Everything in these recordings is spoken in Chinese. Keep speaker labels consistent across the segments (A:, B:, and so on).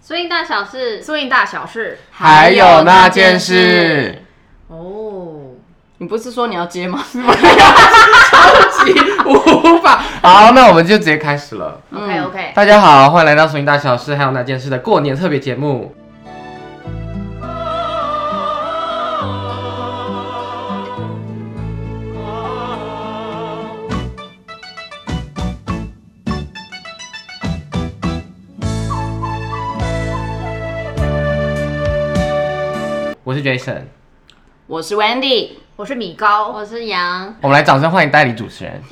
A: 所以大小事，
B: 所以大小事
C: 还有那件事，
B: 哦，
D: 你不是说你要接 吗？超级无法。
C: 好，那我们就直接开始了。
A: 嗯
B: ，OK OK，
C: 大家好，欢迎来到《声音大小事》还有那件事的过年特别节目。我是 Jason，
D: 我是 Wendy，
B: 我是米高，
A: 我是羊，
C: 我们来掌声欢迎代理主持 人。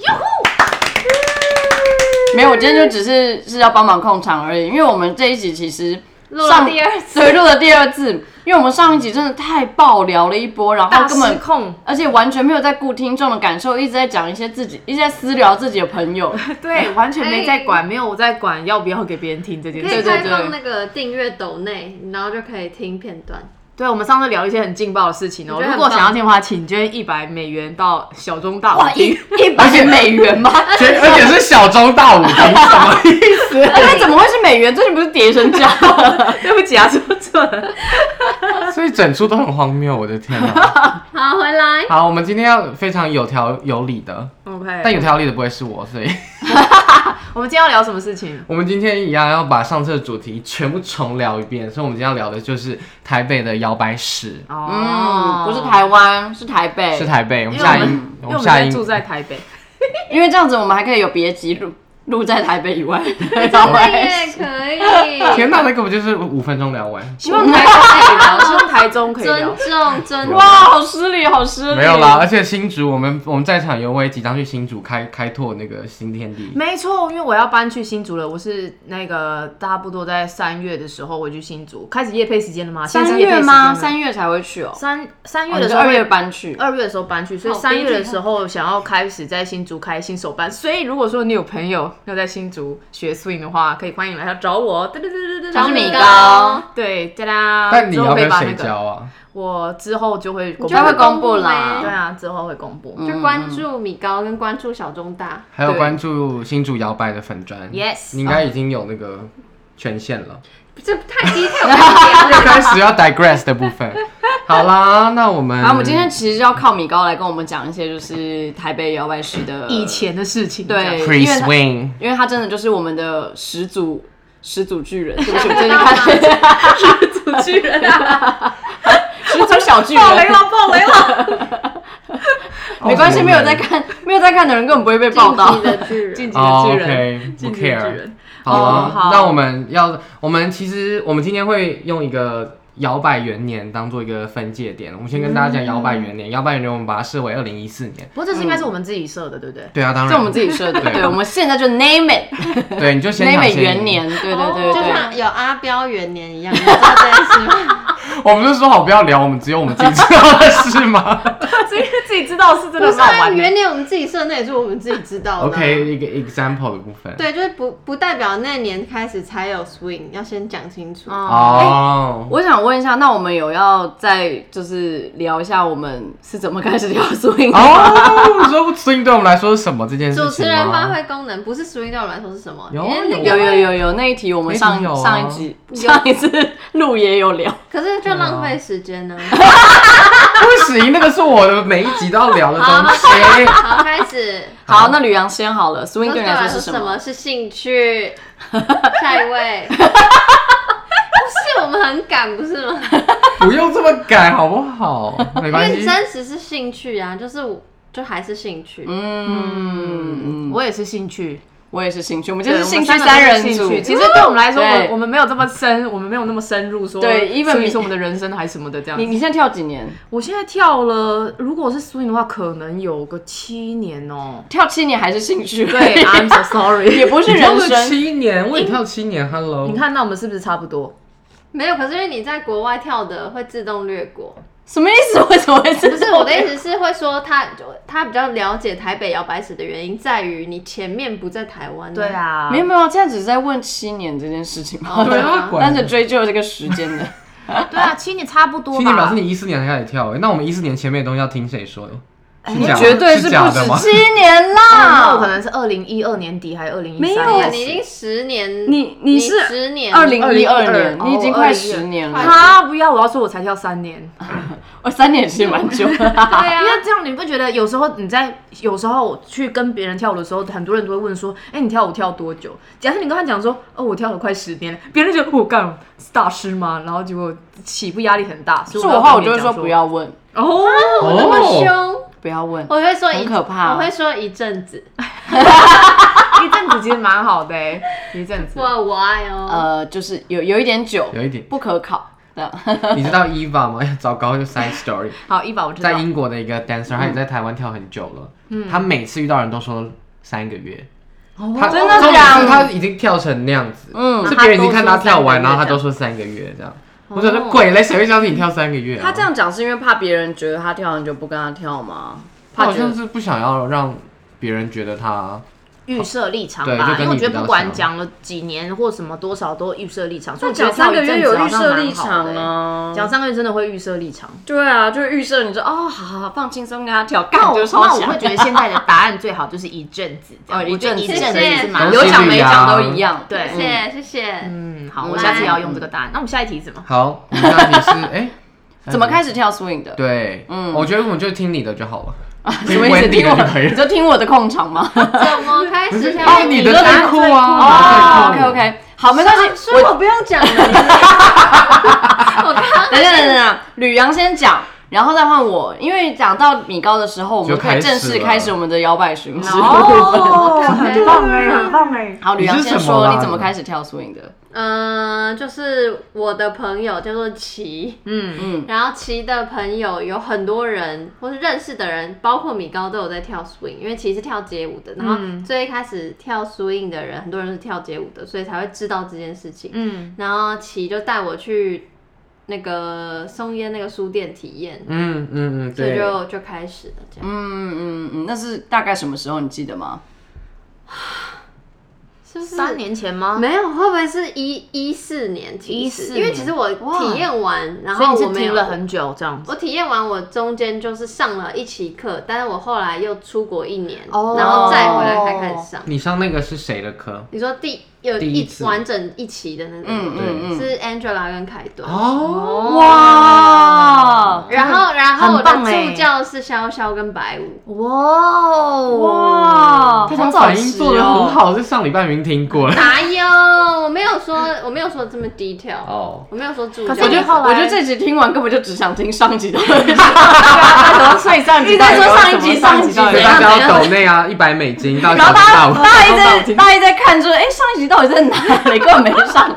D: 没有，我今天就只是是要帮忙控场而已，因为我们这一集其实
A: 录
D: 上
A: 了第二次，
D: 对录了第二次，因为我们上一集真的太爆聊了一波，然后
B: 大
D: 哦根
B: 失
D: 本。
B: 控，
D: 而且完全没有在顾听众的感受，一直在讲一些自己，一直在私聊自己的朋友。
B: 对，完全没在管，
A: 哎
B: 没有在管要不要给别人听这件
A: 可以
B: 事。
A: 开
D: 对
A: 放那个订阅抖内，然后就可以听片段。
B: 对，我们上次聊一些很劲爆的事情哦。
A: 我觉得
B: 如
A: 很
B: 果
A: 棒
B: 想要听的话，请捐一百美元到小钟大
D: 哇，
B: 舞
D: 一
B: 厅。
D: 一百美元 吗？
C: 且而且是小中 大舞厅，什么意思？
D: 那哎怎么会是美元？这是不是叠身价？
B: 对不起啊，说错了。
C: 所以整出都很荒谬，我的天 哪！
A: 好，回来，
C: 好，我们今天要非常有条有理的，但
B: OK，
C: 有条理的不会是我， 所以
B: 我们今天要聊什么事情？
C: 我们今天一样要把上次的主题全部重聊一遍。所以我们今天要聊的就是台北的摇摆史，
B: 哦
D: 嗯，，不是，台湾，是台北。
C: 是台北。我们
B: 因为我
C: 下一
B: 们因为我们
C: 下
B: 在
C: 一
B: 住在台北，
D: 因为这样子，我们还可以有别集录录在台北以外。
A: 也可以，
C: 天哪，那个不就是五分钟聊完？
B: 希望台中可以聊，希望台中可以聊
A: 尊。重尊重
D: 哇，，哦好失礼，好失礼。
C: 没有啦，而且新竹，我们我们在场有位即将去新竹开开拓那个新天地。
B: 没错，因为我要搬去新竹了。我是那个差不多在三月的时候，我去新竹开始夜配时间了吗？现在
D: 三
B: 夜配
D: 月
B: 时间
D: 吗？
B: 了
D: 三月才会去哦。
B: 三三
D: 哦
B: 月
D: 你
B: 的
D: 是
B: 时候
D: 二
B: 会，
D: 月搬去。
B: 二月的时候搬去，所以
A: 好
B: 三月
A: 逼
B: 的
A: 人
B: 时候想要开始在新竹开新手班。所以如果说你有朋友要在新竹学 swing 的话，可以欢迎来找我。对对对对对，
D: 找
B: 对
D: 米
B: 对
D: 高，
B: 对，哒哒。
C: 但你
B: 啊之后
C: 要
B: 可以
C: 跟
B: 把
C: 谁
B: 那个
C: 交啊？
B: 我之后就会公
A: 你
B: 布
A: 就，
D: 会公布嗯啦
B: 对
A: 呗
B: 啊，之后会公布。
A: 就关注米高跟关注小中大，
C: 还有
B: 对
C: 关注新竹摇摆的粉砖
B: Yes
C: 你应该已经有那个权限了。
A: 这太低 调了。
C: 又开始要 digress 的部分。好啦，那我们
D: 然后我们今天其实要靠米高来跟我们讲一些，就是台北摇摆史的
B: 以前的事情，
D: 对
B: 这样
C: pre swing
D: 因为他真的就是我们的始祖始祖巨 人，对不起，我最近看始祖巨人啊，始祖小巨
B: 爆雷
D: 人
B: 了，，爆雷了。
D: 没关系，没有在看，没有在看的人根本不会被报道
A: 晋 级。的巨人，
B: 晋级的
C: 哦
B: 巨人，
C: ，OK，不
B: 晋级的巨
C: care。
B: 人。
C: 好
B: 哦
C: 了，
B: 好
C: 那我们要，我们其实我们今天会用一个摇摆元年当做一个分界点。我们先跟大家讲摇摆
D: 嗯
C: 元年，摇摆元年我们把它设为二零一四年。
B: 不过这是应该是我们自己设的，对不对？
C: 对啊，当
D: 这我们
C: 然，
D: 自己设的，
C: 对
D: 对，我们现在就 name it，name
C: 对，你就先讲
D: it
C: 先
D: 元。年，对对对
A: 就
D: 对，
A: 像有阿彪元年一样，你知道这件事吗？
C: 我们就说好不要聊，我们只有我们自己知道的事 吗
B: 自己自己知道是真
A: 不
B: 的
A: 是
B: 蛮好
A: 啊，
B: 玩的。
A: 元年我们自己设，那也是我们自己知道的啊。
C: ？OK，一个 example 的部分。
A: 对，就是不不代表那年开始才有 swing，要先讲清楚。
C: 哦，
D: 我想问一下，那我们有要再就是聊一下我们是怎么开始聊 swing 的吗？
C: 哦，你说 swing 对我们来说是什么这件事情
A: 主
C: 吗？
A: 持人发挥功能，不是 swing 对我来说是什么？
C: 有啊
A: 因为那
C: 我
A: 个
D: 有有有有那一题，我们
C: 那
D: 上
C: 一题有啊
D: 上一集上一次录也有聊，
A: 可是就浪费时间呢。
C: 不行，那个是我的每一集都要聊的东西。
A: 好，开始。
D: 好，那吕阳先好了，swing
A: 那
D: 对
A: 对
D: 你
A: 我
D: 来
A: 来
D: 说
A: 说是
D: 是什
A: 什
D: 么？
A: 么？是兴趣。下一位。不是，我们很赶，不是吗？
C: 不用这么改好不好？没
A: 因
C: 关
A: 为
C: 系。
A: 真实是兴趣啊，就是我就还是兴趣。
D: 嗯，
B: 我也是兴趣，
D: 我也是兴趣，我们就是
B: 对
D: 兴
B: 我
D: 趣
B: 们三
D: 三
B: 个
D: 人
B: 都是兴
D: 组
B: 趣。其实对我们来说，
D: 对
B: 我我们没有这么深，我们没有那么深入说，
D: 对，even
B: 所以
D: 你
B: 说我们的人生还什么的这样
D: 你
B: 子。
D: 你现在跳几年？
B: 我现在跳了，如果是 swing 的话，可能有个七年 哦。
D: 跳七年还是兴趣？
B: 对 ，I'm so
D: 啊也
B: sorry。
D: 不是
C: 你跳
D: 人
C: 了
D: 生。
C: 七年，我也跳七年，Hello。
B: 你看，那我们是不是差不多？
A: 没有，可是因为你在国外跳的会自动略过。
D: 什么意思？为什么会是？
A: 不是我的意思是会说他他比较了解台北摇摆史的原因在于你前面不在台湾。
B: 对，啊，
D: 没有没有，现在只是在问七年这件事情嘛。
A: 哦
C: 对啊，管
D: 但是追究这个时间的，
B: 对啊，七年差不多吧。
C: 七年表示你一四年才开始跳、欸，那我们一四年前面的东西要听谁说的？ 是假的
D: 绝对
C: 是
D: 是
C: 假
D: 不
C: 的吗
D: 止七年
B: 嗯那我可
D: 啦。
B: 能是二零一二年底还是二零一
D: 没
B: 三
D: 有
B: 年？
A: 你已经十年，
D: 你你是
A: 十年
D: 二零一二
B: 2012
D: 年，你已经快
B: 哦
D: 十年
A: 快
D: 了，
B: 啊，不要！我要说，我才跳三年，
D: 我三年其实蛮久 的。
A: 对
B: 因为
A: 啊，
B: 这样你不觉得有时候你在有时候去跟别人跳舞的时候，很多人都会问说：“哎、你跳舞跳多久？”假设你跟他讲说：“哦，我跳了快十年了。”别人就觉得我干是大师吗？然后结果起步压力很大。所以
D: 是我的话，我
B: 跟
D: 就
B: 别
D: 会
B: 人
D: 说
B: 讲
D: 不要问，
B: 哦，
A: 我那么凶，
D: 不要问。
A: 我会说一
D: 很可怕
A: 我会说一阵子，
B: 一阵子其实蛮好的、欸，一阵子。
A: 哇，我爱哦，
D: 呃，就是有有一点久，
C: 有一点。
D: 不可考的。
C: 你知道 Eva 吗？糟糕，就 Side Story，
B: 好，一把我知道
D: 啊
C: 在。英国的一
D: 嗯
C: 个 dancer，他也在台湾跳很久了。他每次遇到人都说三个月。他
D: 哦真的
C: 重点
D: 假
C: 是
D: 的
C: 他已经跳成那样子，
D: 嗯
C: 是别人已经看他跳完，
B: 那
C: 然后
B: 他
C: 他都
B: 都
C: 说三个月这样。我想说鬼嘞，谁会相信你跳三个月啊？
D: 哦他这样讲是因为怕别人觉得他跳完就不跟他跳吗？
C: 他
D: 怕
C: 好
D: 觉得
C: 像是不想要让别人觉得他
B: 预设立场
C: 对就
B: 吧，
C: 跟
B: 因为我
C: 你
B: 觉
C: 比
B: 得
C: 较
B: 不管
C: 像
B: 讲了几年或什么多少都预设立场，所
D: 那
B: 以我觉得
D: 讲三个月有预设立场
B: 跳一阵子好像蛮好的欸。
D: 啊，
B: 讲三个月真的会预设立场。
D: 对啊，就预设你说哦，好好好放轻松跟他跳，
B: 那
D: 干
B: 我
D: 就
B: 那
D: 超
B: 我会
D: 强，
B: 觉得现在的答案最好就是一阵子这样，
D: 哦
B: 我觉得
D: 一
B: 一
D: 阵
A: 子
B: 阵子是蛮
A: 谢谢
B: 好的
D: 有
C: 恭喜
D: 奖没
C: 你啊
D: 奖都一样。
B: 对
A: 谢谢谢谢，
B: 嗯，好，我下次也要用这个答案。那我们下一题是什么？
C: 好。你下 题是哎，
D: 怎么开？始跳 swing 的？
C: 对，
D: 嗯啊
C: 我觉得我们就听你的就好了，
D: 什
C: 听
D: 么意思？
C: Wendy
D: 听
C: 的
D: 我
C: 就可
D: 的，
C: 以
D: 你
C: 了。
D: 就听我的控场吗？
A: 怎么开始跳？
C: 哦，你的
D: 你的
C: 最酷啊！
D: 哦，OK
C: 你的最酷
D: OK，好，没关系。
A: 所以我不用讲了，我刚
D: 等一下等一下等一下，吕阳先讲，然后再换我，因为讲到米高的时候，我们
C: 就
D: 可
C: 开
D: 以
C: 始
D: 正式
C: 了
D: 开始我们的摇摆巡 视。
A: 哦
B: 棒哎！
D: 好，吕阳
C: 你是
D: 先
C: 什么
D: 说
C: 啦
D: 你怎么开始跳 swing 的？
A: 嗯、就是我的朋友叫做齐，
B: 嗯，
D: 嗯，
A: 然后齐的朋友有很多人，或是认识的人，包括米高都有在跳 swing，因为齐是跳街舞的，然后
B: 嗯
A: 最一开始跳 swing 的人，很多人是跳街舞的，所以才会知道这件事情。
B: 嗯，
A: 然后齐就带我去那个松烟那个书店体验，
C: 嗯嗯嗯，
A: 所以
C: 对，
A: 就就开始了这样。
D: 嗯嗯嗯，那是大概什么时候？你记得吗？
A: 是不是
B: 三年前吗？
A: 没有，会不会是一一四年？其实因
B: 14
A: 为
B: 年
A: 其实我体验完，然
B: 所以
A: 后
B: 你
A: 我
B: 是
A: 没有
B: 听了很久这样子。
A: 我体验完，我中间就是上了一期课，但是我后来又出国一年，
B: 哦
A: 然后再回来才开始上。
C: 你上那个是谁的课？
A: 你说第有
C: 第一
A: 一
C: 次
A: 完整一期的那种，
D: 嗯嗯嗯，
A: 是 Angela 跟凯顿。
C: 哦，
D: 哇
A: 然后，然后我
B: 很
A: 的
B: 棒欸
A: 助教是潇潇跟白舞，
B: 哇哦哇
D: 哇
C: 他反应做的很好，这上礼拜明听过 了。
A: 哪有？我没有说，我没有说这么低调，
C: 哦，
A: 我没有说助
B: 可
A: 教。
B: 是
D: 我觉
B: 你
D: 得，
B: 后来
D: 我觉得这集听完根本就只想听上集的。
B: 所以上
D: 你在说上一集上一集
B: 到
C: 所
B: 底
C: 以
B: 有什么
C: 大
B: 上一集到底有什么
C: 家要抖内啊，一百美金到底
D: 然后
C: 到
D: 大
C: 不
D: 家
C: 到？
D: 大家一 直大家一直在看，就是哎、诶上一集到底在哪里？根本没上 传。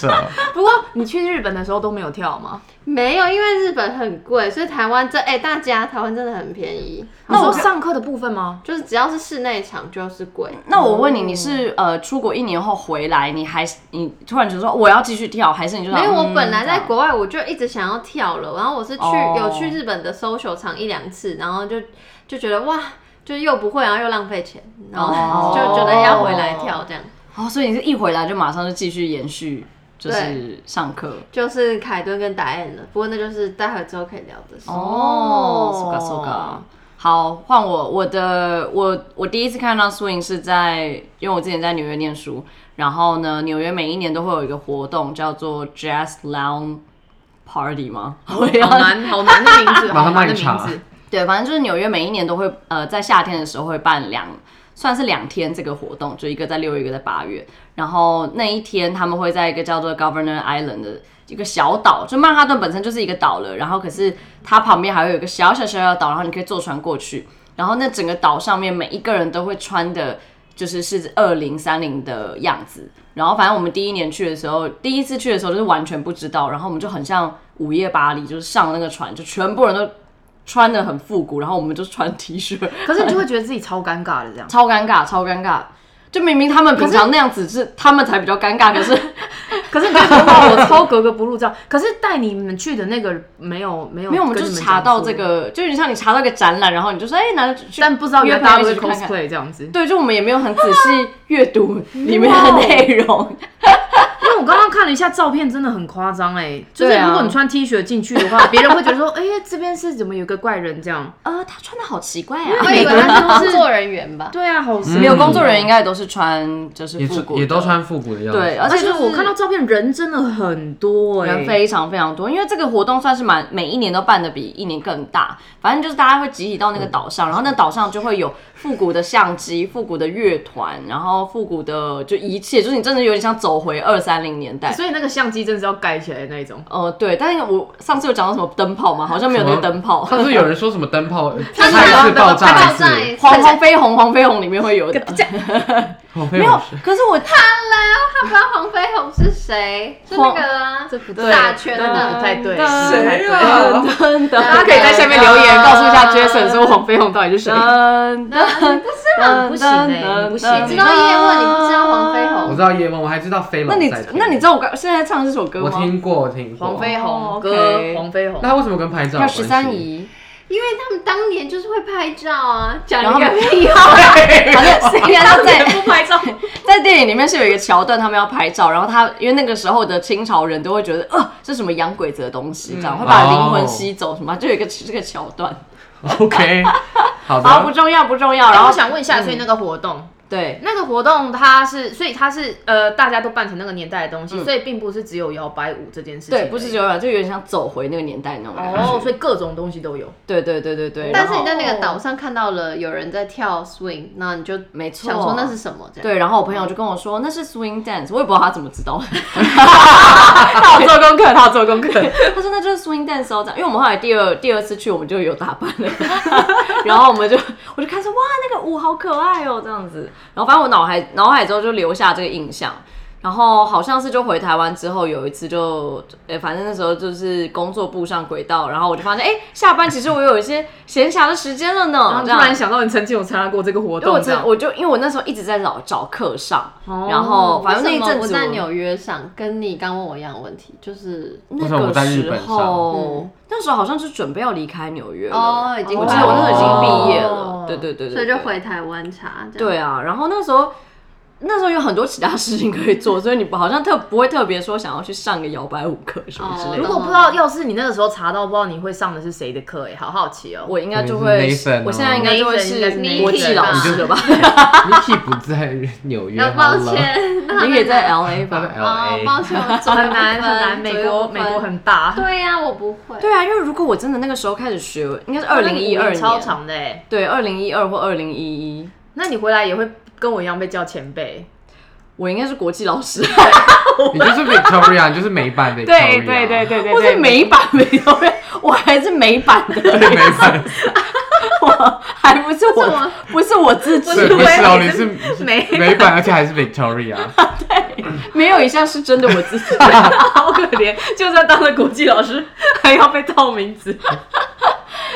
C: 扯，
B: 不过你去日本的时候都没有跳吗？
A: 没有，因为日本很贵，所以台湾这哎、大家台湾真的很便宜。
B: 那我
A: 好
B: 上课的部分吗？
A: 就是只要是室内场就是贵，
D: 那我问你，你是呃出国一年后回来，你还是你突然觉得说哦我要继续跳，还是你就
A: 因
D: 想
A: 为我本来
D: 嗯
A: 在国外我就一直想要跳了，然后我是去、
D: 哦
A: 有去日本的 social 场一两次，然后就就觉得哇，就又不会，然后又浪费钱，然后
D: 哦
A: 就觉得要回来跳这样。
D: 哦，所以你是一回来就马上就继续延续，就是
A: 对
D: 上课
A: 就是凯顿跟达恩了，不过那就是待会之后可以聊的事。
D: 哦，so ga so ga。好，换我。我的我我第一次看到 swing 是在，因为我之前在纽约念书，然后呢，纽约每一年都会有一个活动叫做 Jazz Lounge Party 吗？ 我也要
B: 好难，好难的名 字，
C: 马
B: 好
C: 上帮
B: 难
C: 你
B: 的名
C: 查
B: 字。
D: 对，反正就是纽约每一年都会，呃，在夏天的时候会办两，算是两天这个活动，就一个在六月，一个在八月。然后那一天他们会在一个叫做 Governor Island 的一个小岛，就曼哈顿本身就是一个岛了，然后可是它旁边还会有一个小小小小岛，然后你可以坐船过去。然后那整个岛上面每一个人都会穿的，就是是二零三零的样子。然后反正我们第一年去的时候，第一次去的时候就是完全不知道，然后我们就很像午夜巴黎，就是上那个船，就全部人都穿的很复古，然后我们就穿 T 恤，
B: 可是你就会觉得自己超尴尬的这样。
D: 超尴尬，超尴尬。就明明他们平常那样子是他们才比较尴尬，可是
B: 可是你就觉得哇，我超格格不入这样。可是带你们去的那个没有没有
D: 没有，我们
B: 跟
D: 就
B: 你
D: 查到
B: 讲
D: 这
B: 说，
D: 个，就有点像你查到一个展览，然后你就说，哎、那去
B: 但不知道
D: 约
B: 原来大家
D: 朋
B: 都
D: 友一起
B: 是
D: 去看看
B: cosplay 这样子。
D: 对，就我们也没有很仔细阅读里面的内容，
B: 但我刚刚看了一下照片，真的很夸张哎！就是
D: 对啊
B: 如果你穿 T 恤进去的 话，别人会觉得说，哎、这边是怎么有个怪人这样？
D: 呃，他穿的好奇怪
A: 我
D: 啊。
A: 以为他是工作人员吧？
B: 对啊，好神秘
D: 没有工作人员应该也都是穿就是
C: 也
D: 复
C: 穿
D: 古，
C: 也都。穿复古的样子。
D: 对，而
B: 而
D: 且就
B: 且
D: 是
B: 我看到照片，人真的很多哎、
D: 人非常非常多，因为这个活动算是蛮每一年都办的比一年更大。反正就是大家会集体到那个岛上，然后那岛上就会有复古的相机、复古的乐团，然后复古的就一切，就是你真的有点像走回二三零年代。
B: 所以那个相机真的是要盖起来的那一种。
D: 呃，对，但是我上次有讲到什么灯泡吗？好像没有那个灯泡，
C: 上次有人说什么灯泡
A: 他
C: 再次爆炸
A: 爆
C: 一
A: 炸
C: 次，
A: 一次，
D: 黄黄飞鸿，黄飞鸿里面会有 的。
C: 哦没
D: 没有，可是我
A: 他不知道 黄飞鸿是谁，是那个啊，
B: 这不
A: 对打拳的
B: 不太对，
D: 噔
B: 不太
C: 谁
B: 对
C: 啊
D: 噔噔，
B: 大家可以在下面留言告诉一下 Jason 说黄飞鸿到底是谁。
D: 噔噔
A: 你不是吗？
B: 不行欸不行
A: 你知道叶问，你不知道黄飞
C: 我
A: 鸿
C: 知？道叶问，我还知道飞
D: 那
C: 龙
D: 你
C: 在天。
D: 那你知道我刚现在唱的这首歌
C: 我
D: 吗？
C: 听过，我听过。
B: 黄飞
D: 哦
B: 鸿
D: ，OK
B: 哥，黄飞鸿
C: 那。他为什么跟拍照有
D: 还有
C: 关
D: 十
C: 系？
D: 三姨，
A: 因为他们当年就是会拍照啊，讲
D: 然后
A: 一
D: 他
A: 个
D: 们
A: 屁话。
D: 反正应该是在
B: 不拍 照，
D: 在电影里面是有一个桥段，他们要拍照，然后他因为那个时候的清朝人都会觉得，呃，这什么洋鬼子的东
B: 嗯
D: 西，这样、会
C: 哦
D: 把灵魂吸走什么，就有一个这个桥段。
C: OK，好
D: 好，不
C: 的。
D: 重要，不重要。
B: 然
D: 然
B: 后
D: 后
B: 我想问一下，所以那个活动，
D: 对，
B: 那个活动它是，所以它是呃，大家都扮成那个年代的东西，所以并不是只有摇摆舞这件事情而已。
D: 对，不是九秒，就有点像走回那个年代那种感觉。
B: 哦，所以各种东西都有。
D: 对对对对对。
A: 但是
D: 然后
A: 你在那个岛上看到了有人在跳 swing，那你就
D: 没错，
A: 想说那是什么？这样
D: 对，然后我朋友就跟我说那是 swing dance，我也不知道他怎么知道， 他有做功课，他有做功 课，他说那就是 swing dance 哦，这样因为我们后来第二第二次去我们就有打扮了， 然后我们就我就开始哇那个舞好可爱哦这样子，然后反正我脑海脑海中就留下这个印象。然后好像是就回台湾之后，有一次就，呃，反正那时候就是工作步上轨道，然后我就发现，哎，下班其实我有一些闲暇的时间了呢。
B: 然后
D: 这
B: 突
D: 样
B: 然想到你曾经有参加过这个
D: 因
B: 活
D: 为我
B: 动，这
D: 真
B: 样
D: 我就因为我那时候一直在找找课上，
B: 哦
D: 然后反正那
A: 为
D: 一
A: 什么
D: 阵
A: 不
D: 子
A: 在
D: 我
A: 纽约上，跟你刚问我一样的问题，就是
D: 那
C: 为什么不
D: 个
C: 在日
D: 时
C: 本上
D: 候，那时候好像是准备要离开纽约了，
A: 哦已经
D: 我记得我那时候已经毕业
B: 哦
D: 了，对对对对，
A: 所以就
D: 对
A: 回台湾查。这样
D: 对啊，然后那时候。那时候有很多其他事情可以做， 所以你不好像特不会特别说想要去上个摇摆舞课什么之类
B: 如
D: 的。
B: 果不知道，要是你那个时候查到，不知道你会上的是谁的课，哎，好好奇哦。
D: 我应该就
C: 可能
D: 会
C: 是 Nathan 哦，
D: 我现在应该就会
B: Nathan 应该是
D: 是
B: Nathan
D: 国际老师了吧？
C: Niki 不在纽约，
A: 那抱
C: 好了，
A: 歉，那
D: 你可以在 L A
C: 他
D: 吧
C: 在？
A: 哦，
C: LA。
A: 抱歉，我左右
B: 很难
A: 不分
B: 很难，美国美国。很大
A: 左右不分，对呀，我不会。
D: 对啊，因为如果我真的那个时候开始学，应该是二零一
B: 那
D: 二
B: 你
D: 年，
B: 超长的哎。
D: 对，二零一二或二零一一，
B: 那你回来也会跟我一样被叫前辈？
D: 我应该是国际老师，
C: 你就是 Victoria，你就是美版 Victoria。
B: 对 对
D: 我是美版美容院， 我还是美版 的，
C: 对， 美版。
D: 我还不是我，不是我自己，
C: 对，不是哦，你是
B: 美
C: 美版，而且还是 Victoria。
D: 没有一项是真的我自 己。
B: 好可怜，就算当了国际老师，还要被盗名字。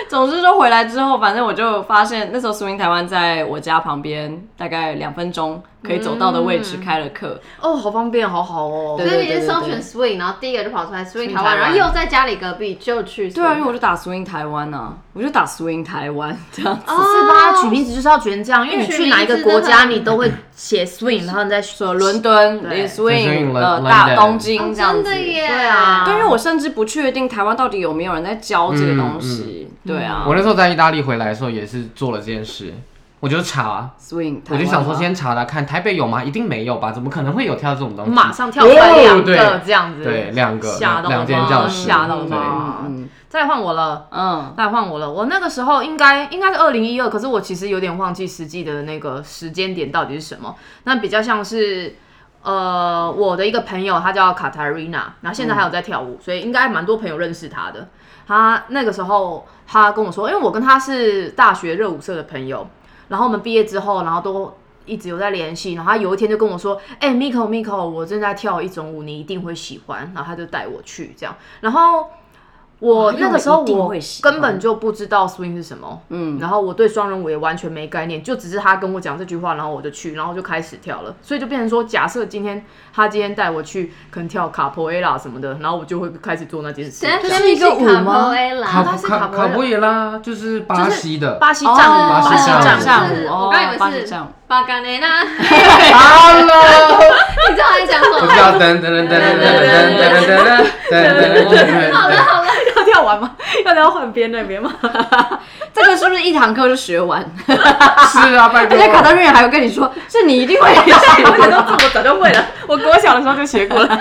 D: 总之说回来之后，反正我就发现那时候 swing 台湾在我家旁边，大概两分钟可以走到的位置开了课，
B: 哦，好方便，好好哦。
D: 对
A: 所以你是搜
D: 对对
A: 寻 swing，然后第一个就跑出来 swing 台
B: 台湾
A: 湾，然后又在家里隔壁就去 swing。
D: 对啊，因为我就打 swing 台湾啊，我就打 swing 台湾这样
A: 哦
D: 子，
B: 是吧？取名字就是要全这样，因为你
A: 啊因为
B: 去
A: 取
B: 哪一
A: 名
B: 个
A: 字
B: 国
A: 真的
B: 家，
A: 很
B: 你都会写 swing，然后你再
D: 说
B: 说
D: 伦敦
B: 对
D: swing，
C: Swing
D: 呃，
C: London
D: 大东京
A: 哦
D: 这样子，
A: 真的耶，
B: 对啊
D: 对，因为我甚至不确定台湾到底有没有人在教这个东西。对啊，
C: 嗯我那时候在意大利回来的时候也是做了这件事，我就查，
D: swing，
C: 我就想说
D: 台湾吧
C: 先查查看台北有吗？一定没有吧？怎么可能会有跳这种东西？
B: 马上跳出来两
C: 哦对
B: 个这样子，
C: 对，两个
B: 吓到
C: 两间
B: 吗
C: 教室，
B: 吓到
C: 对
B: 吗？
D: 嗯
B: 再换我了。
D: 嗯，
B: 再换我了，我那个时候应该应该是二零一二，可是我其实有点忘记实际的那个时间点到底是什么。那比较像是，呃，我的一个朋友，她叫卡塔瑞娜，然后现在还有在跳舞，所以应该蛮多朋友认识她的。她那个时候她跟我说，因为我跟她是大学热舞社的朋友，然后我们毕业之后，然后都一直有在联系，然后他有一天就跟我说：“哎、m i k o Miko，我正在跳一种舞，你一定会喜欢。”然后他就带我去这样，然后我
D: 哦那
B: 那个时候
D: 我一定
B: 我
D: 会喜欢
B: 根本就不知道 swing 是什么，嗯，然后我对双人舞也完全没概念，就只是他跟我讲这句话，然后我就去，然后我就开始跳了，所以就变成说，假设今天他今天带我去，可能跳 capoeira 什么的，然后我就会开始做那件事情。
A: 这
D: 是一个舞吗
C: 卡
B: 它
A: 拉，
B: 是
C: 卡
B: 卡布
C: 卡布耶拉就是巴西的，
B: 巴西战舞，
C: 巴
B: 哦巴
C: 西
B: 西
C: 战舞
B: 战舞，
C: 战
A: 是
D: 舞哦
A: 我刚以
D: 巴
A: 为
D: 西
A: 是
D: 战舞
A: 巴嘎雷拉，你
C: Hello，
A: 知道我在讲什
C: 我
A: 么
C: 不知道，噔噔噔噔噔噔噔噔噔噔噔噔，好的，
B: 要跳完吗？ 要跳换边那边吗？
D: 这个是不是一堂课就学 完？
C: 是啊，拜
D: 而且卡
C: 托，
D: 特瑞还会跟你说，是你一定会 喜
B: 我
D: 欢
B: 都我早就会了，我国小的时候就学过了。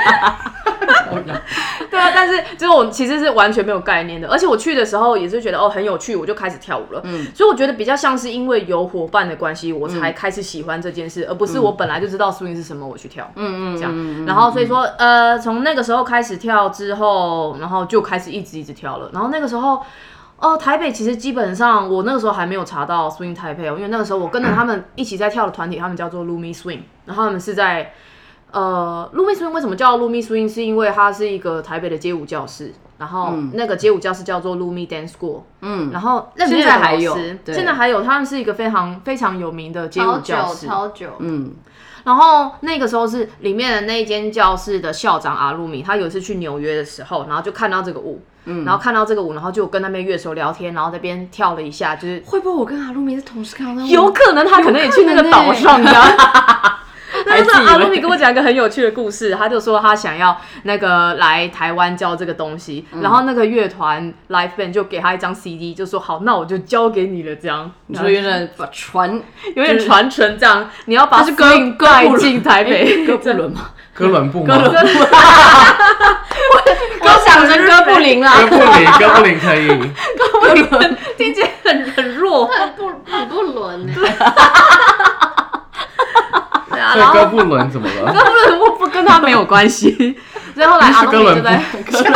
B: 对啊，但是就是我其实是完全没有概念的，而且我去的时候也是觉得哦很有趣，我就开始跳舞了。嗯，所以我觉得比较像是因为有伙伴的关系，我才开始喜欢这件事，而不是我本来就知道 swing 是什么，我去跳。嗯嗯，这样。然后所以说呃，从那个时候开始跳之后，然后就开始一直一直跳了。然后那个时候。哦，台北其实基本上我那个时候还没有查到 Swing Taipei，哦因为那个时候我跟着他们一起在跳的团体，他们叫做 Lumi Swing，然后他们是在呃 Lumi Swing 为什么叫 Lumi Swing？是因为它是一个台北的街舞教室，然后
D: 嗯
B: 那个街舞教室叫做 Lumi Dance School，嗯，然后那
D: 现在还有对
B: 现在还有，他们是一个非常非常有名的街
A: 好
B: 舞
A: 久
B: 教室，
A: 超久，
D: 嗯，
B: 然后那个时候是里面的那一间教室的校长阿鲁米，他有一次去纽约的时候，然后就看到这个舞，
D: 嗯
B: 然后看到这个舞，然后就跟那边乐手聊天，然后在那边跳了一下，就是
D: 会不会我跟阿露米是同时看到那
B: 有可能他嗯可能也去那个岛上的。 那时候阿鲁米跟我讲一个很有趣的故事，他就说他想要那个来台湾教这个东西，然后那个乐团 l i f e Band 就给他一张 CD，就说好，那我就交给你了，这样。
D: 你说有点把传，
B: 有点传承这样，你要把
D: 他是哥
B: swing
D: 哥布
B: 带
D: 伦
B: 进台北，
D: 哥布伦吗？
C: 哥伦布
B: 哎
C: 吗？
D: 我想着哥布
B: 啊
D: 林 啦
C: 哥，布林，哥布林可以，
D: 哥布 林。
B: 听起来很很弱，
A: 很不很不伦欸
B: 对啊，
C: 所以
B: 然后
C: 哥布伦怎么了？
B: 不伦不不跟他没有关系，所以后来阿
C: 哥
B: 东
C: 伦
B: 尼
C: 布
B: 就在，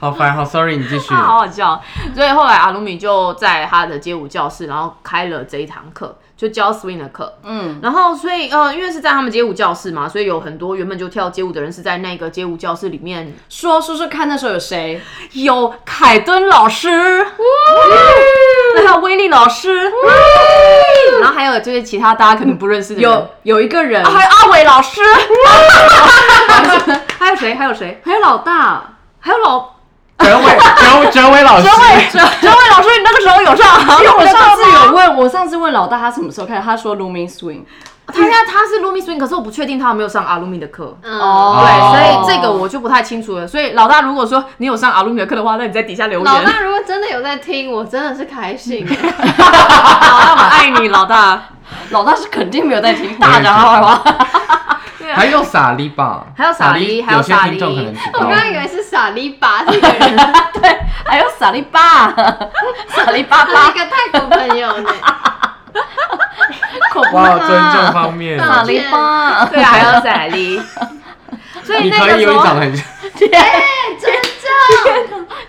C: 好烦，好 sorry，你继续
B: 他。 好好笑。所以后来阿鲁米就在他的街舞教室，然后开了这一堂课，就教 swing 的课。嗯，然后所以呃，因为是在他们街舞教室嘛，所以有很多原本就跳街舞的人是在那个街舞教室里面。
D: 说说说看那时候有谁？
B: 有凯敦老 师，还有威利老师，然后还有就是其他大家可能不认识的人，
D: 有有一个人，
B: 啊还有阿伟老 师，还有谁？还有谁？
D: 还有老大，
B: 还有老
C: 哲伟，哲哲伟老师，
B: 哲哲伟老师，你那个时候 有上？
D: 因为我上次
B: 吗
D: 有问，我上次问老大他什么时候开始，他说 Looming Swing。
B: 他现在他是 Lumi Swing，可是我不确定他有没有上阿鲁米的课。
A: 嗯，
D: 哦
B: 哦对，所以这个 我就不太清楚了。所以老大，如果说你有上阿鲁米的课的话，那你在底下留言。
A: 老 大如果真的有在听，我真的是开心欸。
D: 哦
B: 老大我们爱你，老大。
D: 老大是肯定没有在听，大讲好 吧？
C: 还有萨利吧，
B: 啊还有
C: 萨
B: 萨利还
C: 有
B: 有
C: 些
B: 萨利
C: 听众可能知
A: 我刚
C: 道。
A: 刚以为是傻利巴这个人，
D: 还有萨利巴，萨利巴
A: 他是
D: 巴
A: 一，个泰国朋友呢。
D: 恐怖
C: 哇，
D: 啊
C: 尊重方面，
D: 萨利巴，
B: 对，还有赛丽。所以
C: 你
B: 那
C: 可
B: 个
C: 以有
B: 时
C: 一长得
B: 候
C: 很。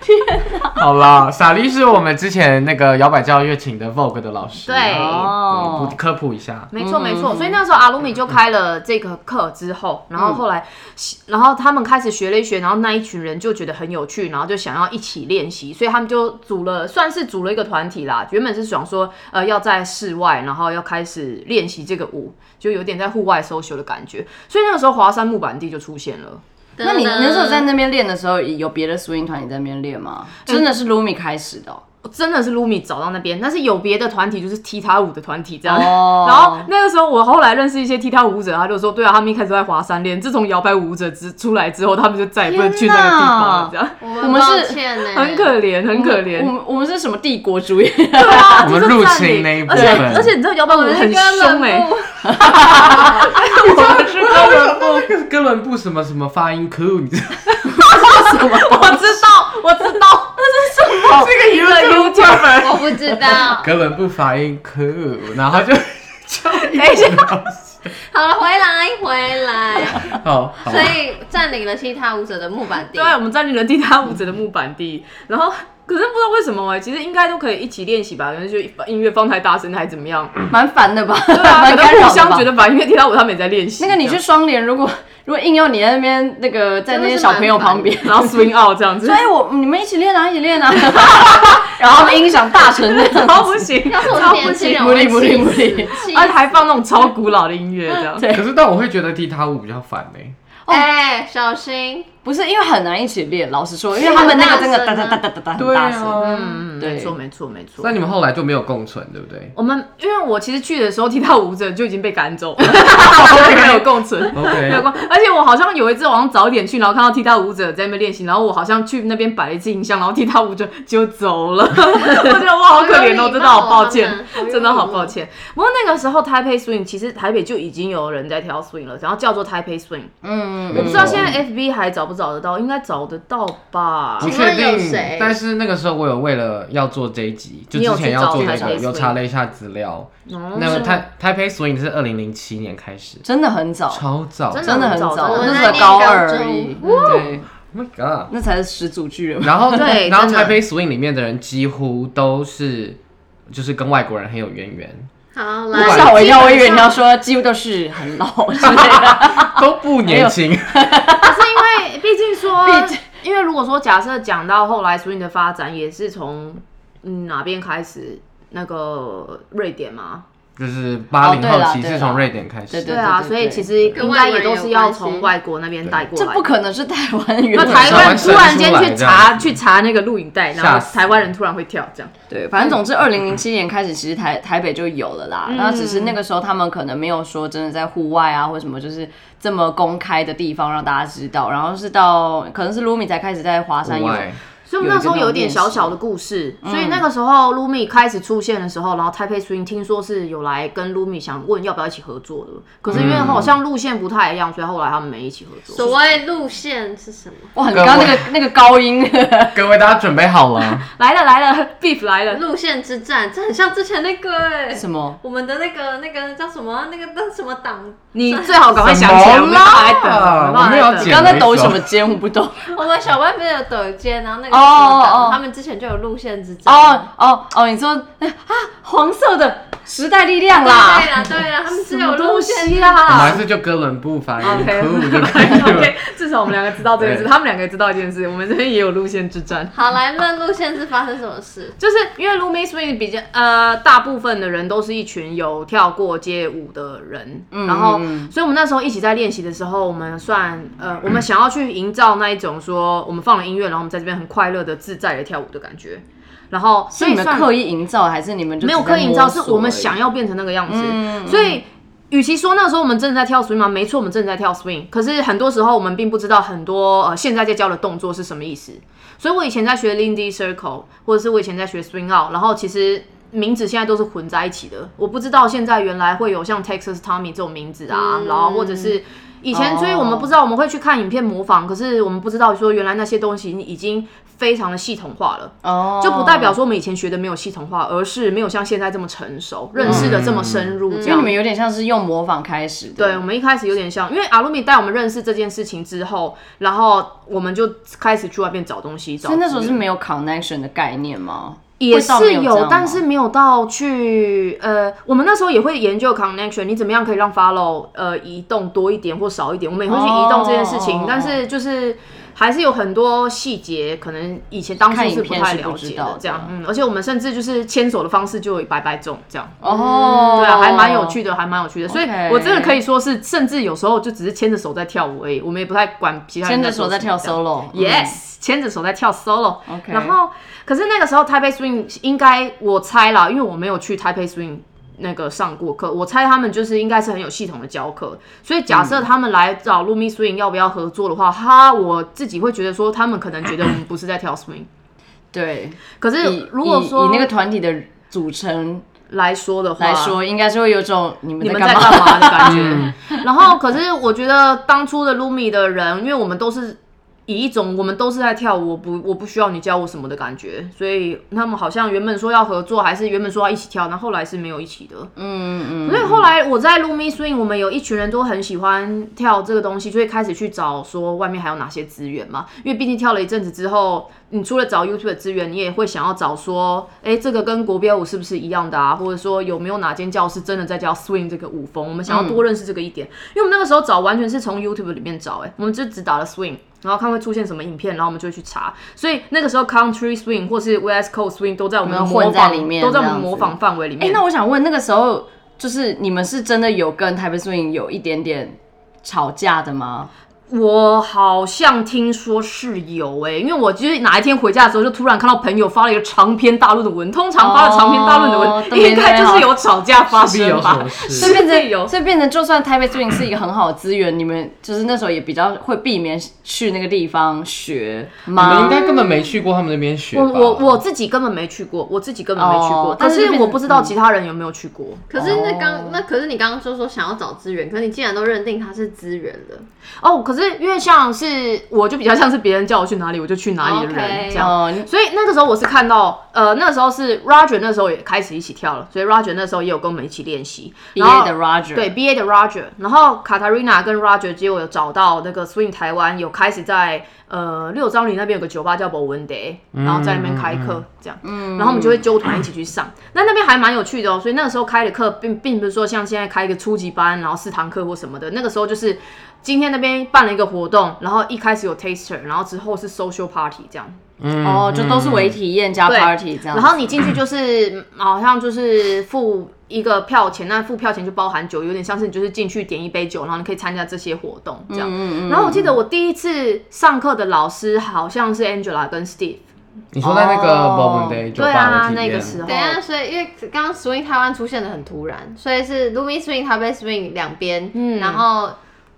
A: 真的，
C: 好啦，萨利是我们之前那个摇摆教育请的 Vogue 的老师。
B: 对
C: 对，
D: 哦
C: 不，科普一下。
B: 没错
C: 嗯
B: 没错，所以那时候阿鲁米就开了这个课之后，然后后来，然后他们开始学了一学，然后那一群人就觉得很有趣，然后就想要一起练习，所以他们就组了，算是组了一个团体啦。原本是想说，呃，要在室外，然后要开始练习这个舞，就有点在户外 social 的感觉。所以那个时候华山木板地就出现了。
D: 那你那时候在那边练的时候，有别的 swing 团你在那边练吗？
B: 嗯
D: 真的是 Lumi 开始的哦
B: 我真的是 Lumi 找到那边，但是有别的团体就是踢踏舞的团体这样。
D: 哦
B: 然后那个时候我后来认识一些踢踏舞者，他就说，对啊，他们一开始在华山练，自从摇摆舞者之出来之后，他们就再也不能去那个地方了，这 样
A: 我
D: 我
A: 们
D: 们
A: 抱
D: 是
A: 歉呢，
B: 很可怜，很可
D: 我
B: 怜。
D: 们我们是什么帝国 主义？
B: 对啊，
C: 啊我们
B: 就是
C: 入
B: 占
C: 侵
B: 领
C: 那一部
B: 而且
C: 分
B: 而且你知道摇摆舞
A: 我是
B: 很
A: 哥伦
B: 凶
A: 布
B: 哎、
D: 欸
C: 哥伦布，那个哥伦布什么什么发音 cool，你知道？
B: 我知道，我知道， 哦那 是什么？这个 YouTuber，
A: 我不知道。
C: 哥伦布发音 cool，然后就
B: 等一下，
A: 好了，回来回来，
C: 好好
A: 所以占领了其他舞者的木板地
D: 啊
B: 对，。我们占领了踢踏舞者的木板地，然后可是不知道为什么哎、其实应该都可以一起练习吧，可能就把音乐放太大声还怎么样？
D: 蛮烦的吧？
B: 对 啊，
D: 蛮
B: 可
D: 干
B: 能
D: 扰
B: 互
D: 的
B: 相
D: 吧
B: 觉得把音乐听到我他们也在练习。
D: 那个你去
B: 就
D: 双联，如果如果硬要你在那边那个在那些小朋友旁边，
B: 然后 swing out 这 样子
D: 所，以我你们一起练啊，一起练 啊，然后他们音响大成那样，
B: 超不行，
A: 要是我是
B: 超不
A: 年轻
B: 行
A: 人，，
D: 不
A: 我会
D: 理不理不理啊
A: 气死气
B: 而且还放那种超古老的音乐这 样。
D: 对
C: 可是但我会觉得踢踏舞比较烦欸呢、
A: 哎、小心！
D: 不是因为很难一起练，老实说，因为他们那个真的哒哒哒哒哒哒很大声，
B: 嗯，
D: 对
B: 没错没错没错
C: 那。你们后来就没有共存，对不对
B: 我们因为我其实去的时候听到舞者就已经被赶走了， 我们没有共存。 没有
C: ？OK，嗯
B: 关，而且我好像有一次，我好像早点去，然后看到踢踏舞者在那边练习，然后我好像去那边摆了一次音箱，然后踢踏舞者就走了， 我觉得哇，好可怜哦，真的好抱歉，真的好抱歉。不过那个时候台北 swing 其实台北就已经有人在跳 swing 了，然后叫做台北 swing，
D: 嗯，
C: 我
B: 不知道现在哎 FB 还找不找得到，应该找得到吧？
C: 不
A: 请
C: 确
A: 问有
C: 定
A: 谁，
C: 但是那个时候我有为了要做这一集，就
B: 你有
C: 之前
B: 去
C: 要
B: 找
C: 做这
B: 台
C: 个，
B: 北
C: 有
B: Swing
C: 查了一下资料。
B: 哦
C: 那个
B: 是
C: 台台北 swing 是二零零七年开始，
D: 真的很早，
C: 超早，
B: 真
D: 真的很早，
B: 我
D: 我
B: 们
D: 那
A: 在
D: 时
A: 念高
D: 候高二而
A: 中
D: 已，对，
C: Oh my god！
D: 那才是始祖巨人。
C: 然后
B: 对
C: 然后
B: 真的
C: 台北 swing 里面的人几乎都是就是跟外国人很有渊源，
A: 好，
C: 不
A: 来，
C: 管
D: 吓我一跳，我以为你要说几乎都是很老之类的，
C: 都不年
B: 哎
C: 轻。
B: 可是因 为毕竟说，因为如果说假设讲到后来 swing 的发展，也是从嗯哪边开始？那个瑞典吗？
C: 就是八零
D: 哦对
C: 后
D: 啦
C: 期
D: 对
C: 是
D: 啦
C: 从瑞典开始
D: 对
B: 对
C: 的，
B: 啊，
D: 对
B: 所以
D: 对
B: 其实应该也都是要
A: 跟
B: 从
A: 外
B: 外国那边带过
D: 这
B: 来
D: 不。可能是台湾原
B: 那
D: 本
B: 台湾突然间去
C: 台
B: 查
C: 湾
B: 去查那个录影带，然
C: 吓
B: 后
C: 死
B: 台湾人突然会跳这样。
D: 对，
B: 嗯
D: 反正总之，二零零七年开始，其实台台北就有了啦。那只是那个时候他们可能没有说真的在户外啊，或什么，就是这么公开的地方让大家知道。然后是到可能是卢米才开始在华山有，
C: 外
B: 所以我们那时候有一点小小的故事，所以那个时候 Lumi 开始出现的时候，然后 Taipei Swing 听说是有来跟 Lumi 想问要不要一起合作的，可是因为好像路线不太一样，所以后来他们没一起合作。
A: 所谓路线是什么？
D: 哇，你刚刚那个那个高音，
C: 各位大家准备好了？
B: 来了来了，Beef 来了，
A: 路线之战，这很像之前那个哎、
D: 什么？
A: 我们的那个那个叫什么啊那个那什么党，
B: 你最好赶快想起来，我
C: 什么
B: 们
C: 啦
B: 大来等，我们
C: 我们要剪
B: 要等
D: 你。刚刚在抖什么肩？我不懂。
A: 我们小班不是有抖肩，然后那个
D: 哦
A: 什么党
D: 哦哦
A: 他们之前就有路线之战。
D: 哦哦哦，你说 啊，黄色的时代力量
A: 对
D: 啦，
A: 啦对啊啦，他们
B: 什
A: 是有
B: 么
A: 路
B: 东
A: 线
B: 西
D: 啊
C: 我们
B: 啦
C: 还是就哥伦布翻译
B: 啊 OK
C: 酷就可 以了。
B: ？OK，至少我们两个知道这件事，
C: 对
B: 他们两个也知道一件事，我们这边也有路线之战。
A: 好，来问路线是发生什么事？
B: 就是因为 Lumi Swing 比较呃，大部分的人都是一群有跳过街舞的人，然后
D: 嗯
B: 所以我们那时候一起在练习的时候，我们算呃，我们想要去营造那一种说我们放了音乐，然后我们在这边很快乐的自在的跳舞的感觉，然后所
D: 是你
B: 以
D: 们
B: 算
D: 刻意营造，还是你们就
B: 没有
D: 只在
B: 刻意营造，
D: 摸
B: 是
D: 索
B: 我们
D: 而已
B: 想要变成那个样子。
D: 嗯
B: 所以，与其说那时候我们真的在跳 swing 吗？没错，我们真的在跳 swing。可是很多时候我们并不知道很多呃现在在教的动作是什么意思。所以我以前在学 Lindy Circle，或者是我以前在学 swing out，然后其实。名字现在都是混在一起的，我不知道现在原来会有像 Texas Tommy 这种名字啊，
D: 嗯
B: 然后或者是以前，
D: 哦
B: 所以我们不知道我们会去看影片模仿，可是我们不知道说原来那些东西已经非常的系统化了。
D: 哦，
B: 就不代表说我们以前学的没有系统化，而是没有像现在这么成熟，认识的这么深入。这
D: 嗯因为
B: 样
D: 你们有点像是用模仿开始的。
B: 对，我们一开始有点像，因为阿鲁米带我们认识这件事情之后，然后我们就开始去外面找东西，找
D: 所以那时候
B: 资
D: 是
B: 源
D: 没有 connection 的概念吗？
B: 也
D: 会到没
B: 是
D: 有这样吗
B: 但是没有到去呃，我们那时候也会研究 connection，你怎么样可以让 follow 呃移动多一点或少一点，我们也会去移动这件事情，
D: 哦
B: 但是就是。还是有很多细节，可能以前当初
D: 看
B: 是
D: 影
B: 不
D: 片
B: 太
D: 是不
B: 了
D: 知
B: 解
D: 道
B: 的
D: 的，
B: 这样，嗯，而且我们甚至就是牵手的方式就有百百种这样，
D: 哦，
B: 对啊，还蛮有趣的，还蛮有趣的。所以
D: OK
B: 我真的可以说是，甚至有时候就只是牵着手在跳舞而已，我们也不太管其他人
D: 牵着手在跳
B: 做什么
D: solo。嗯
B: 这样 Yes，牵着手在跳 solo。
D: OK
B: 然后，可是那个时候台北 swing 应该我猜啦，因为我没有去台北 swing 那个上过课，我猜他们就是应该是很有系统的教课。所以假设
D: 嗯
B: 他们来找 Lumi swing 要不要合作的话，哈，我自己会觉得说他们可能觉得我们不是在跳 swing。
D: 对。
B: 可
D: 以
B: 是如果
D: 以
B: 说
D: 以那个团体的组成
B: 来说的话，
D: 来说，应该是会有种你们
B: 你
D: 在
B: 们
D: 干
B: 在
D: 嘛？
B: 干 嘛的感觉。然后，可是我觉得当初的 Lumi 的人，因为我们都是以一种我们都是在跳舞，我不我不需要你教我什么的感觉。所以他们好像原本说要合作，还是原本说要一起跳，然后后来是没有一起的。
D: 嗯嗯
B: 所以后来我在 Lumi Swing，我们有一群人都很喜欢跳这个东西，所以开始去找说外面还有哪些资源嘛。因为毕竟跳了一阵子之后，你除了找 YouTube 的资源，你也会想要找说，哎、这个跟国标舞是不是一样的啊？或者说有没有哪间教室真的在教 Swing 这个舞风？我们想要多认识这个一点，因为我们那个时候找完全是从 YouTube 里面找、诶哎，我们就只打了 Swing。然后看会出现什么影片，然后我们就会去查。所以那个时候，Country Swing 或是 West Coast Swing 都在我们的
D: 我们混
B: 模
D: 在
B: 仿
D: 里面
B: 都在我
D: 这
B: 们
D: 样子
B: 模仿范围里
D: 哎、
B: 面。
D: 那我想问，那个时候就是你们是真的有跟台北 swing 有一点点吵架的 吗？
B: 我好像听说是有哎、因为我就是哪一天回家的时候，就突然看到朋友发了一个长篇大论的文，通常发了长篇大论的文，
D: 哦都没
B: 应该就是有吵架发
C: 势必有
B: 生吧
C: 手？势
D: 所以变
B: 是有
D: 成，所以变成，就算台北 swing 是一个很好的资源，你们就是那时候也比较会避免去那个地方学
C: 你们应
D: 吗？
C: 该根本没去过他们那边学吧？
B: 我我我自己根本没去过，我自己根本没去过，
D: 哦
B: 但
D: 但是
B: 是
D: 变
B: 我不知道其他人有没有去过。
A: 可是那
D: 哦
A: 刚那可是你刚刚说说想要找资源，可是你既然都认定它是资源了，
B: 哦，可是因为像是我就比较像是别人叫我去哪里我就去哪里的人
A: OK
B: 这样。
D: 哦，你
B: 所以那个时候我是看到，呃，那个时候是 Roger 那时候也开始一起跳了，所以 Roger 那时候也有跟我们一起练习。
D: 毕
B: 然后
D: 业的 Roger，
B: 对 B A 的 Roger，然后 Katarina 跟 Roger 结果有找到那个 Swing 台湾有开始在呃六张里那边有个酒吧叫 b o w e n d a 然后在那边开课、这样，然后我们就会纠团一起去上。那那边还蛮有趣的哦，所以那个时候开的课并并不是说像现在开一个初级班，然后四堂课或什么的，那个时候就是。今天那边办了一个活动，然后一开始有 taster，然后之后是 social party 这样，
C: 嗯
D: 哦，就都是为体验加
B: 对
D: party 这样子。
B: 然后你进去就是嗯好像就是付一个票钱，那付票钱就包含酒，有点像是你就是进去点一杯酒，然后你可以参加这些活动这样。
D: 嗯嗯嗯
B: 然后我记得我第一次上课的老师好像是 Angela 跟 Steve，
C: 你说在那个
D: 哦
C: Bourbon Day 酒
B: 对
C: 吧
B: 啊，
C: 的体
B: 那个
C: 验
B: 时候
A: 等一下，所以因为刚刚 swing 台湾出现的很突然，所以是 Lumi swing 台北 swing 两边，
B: 嗯
A: 然后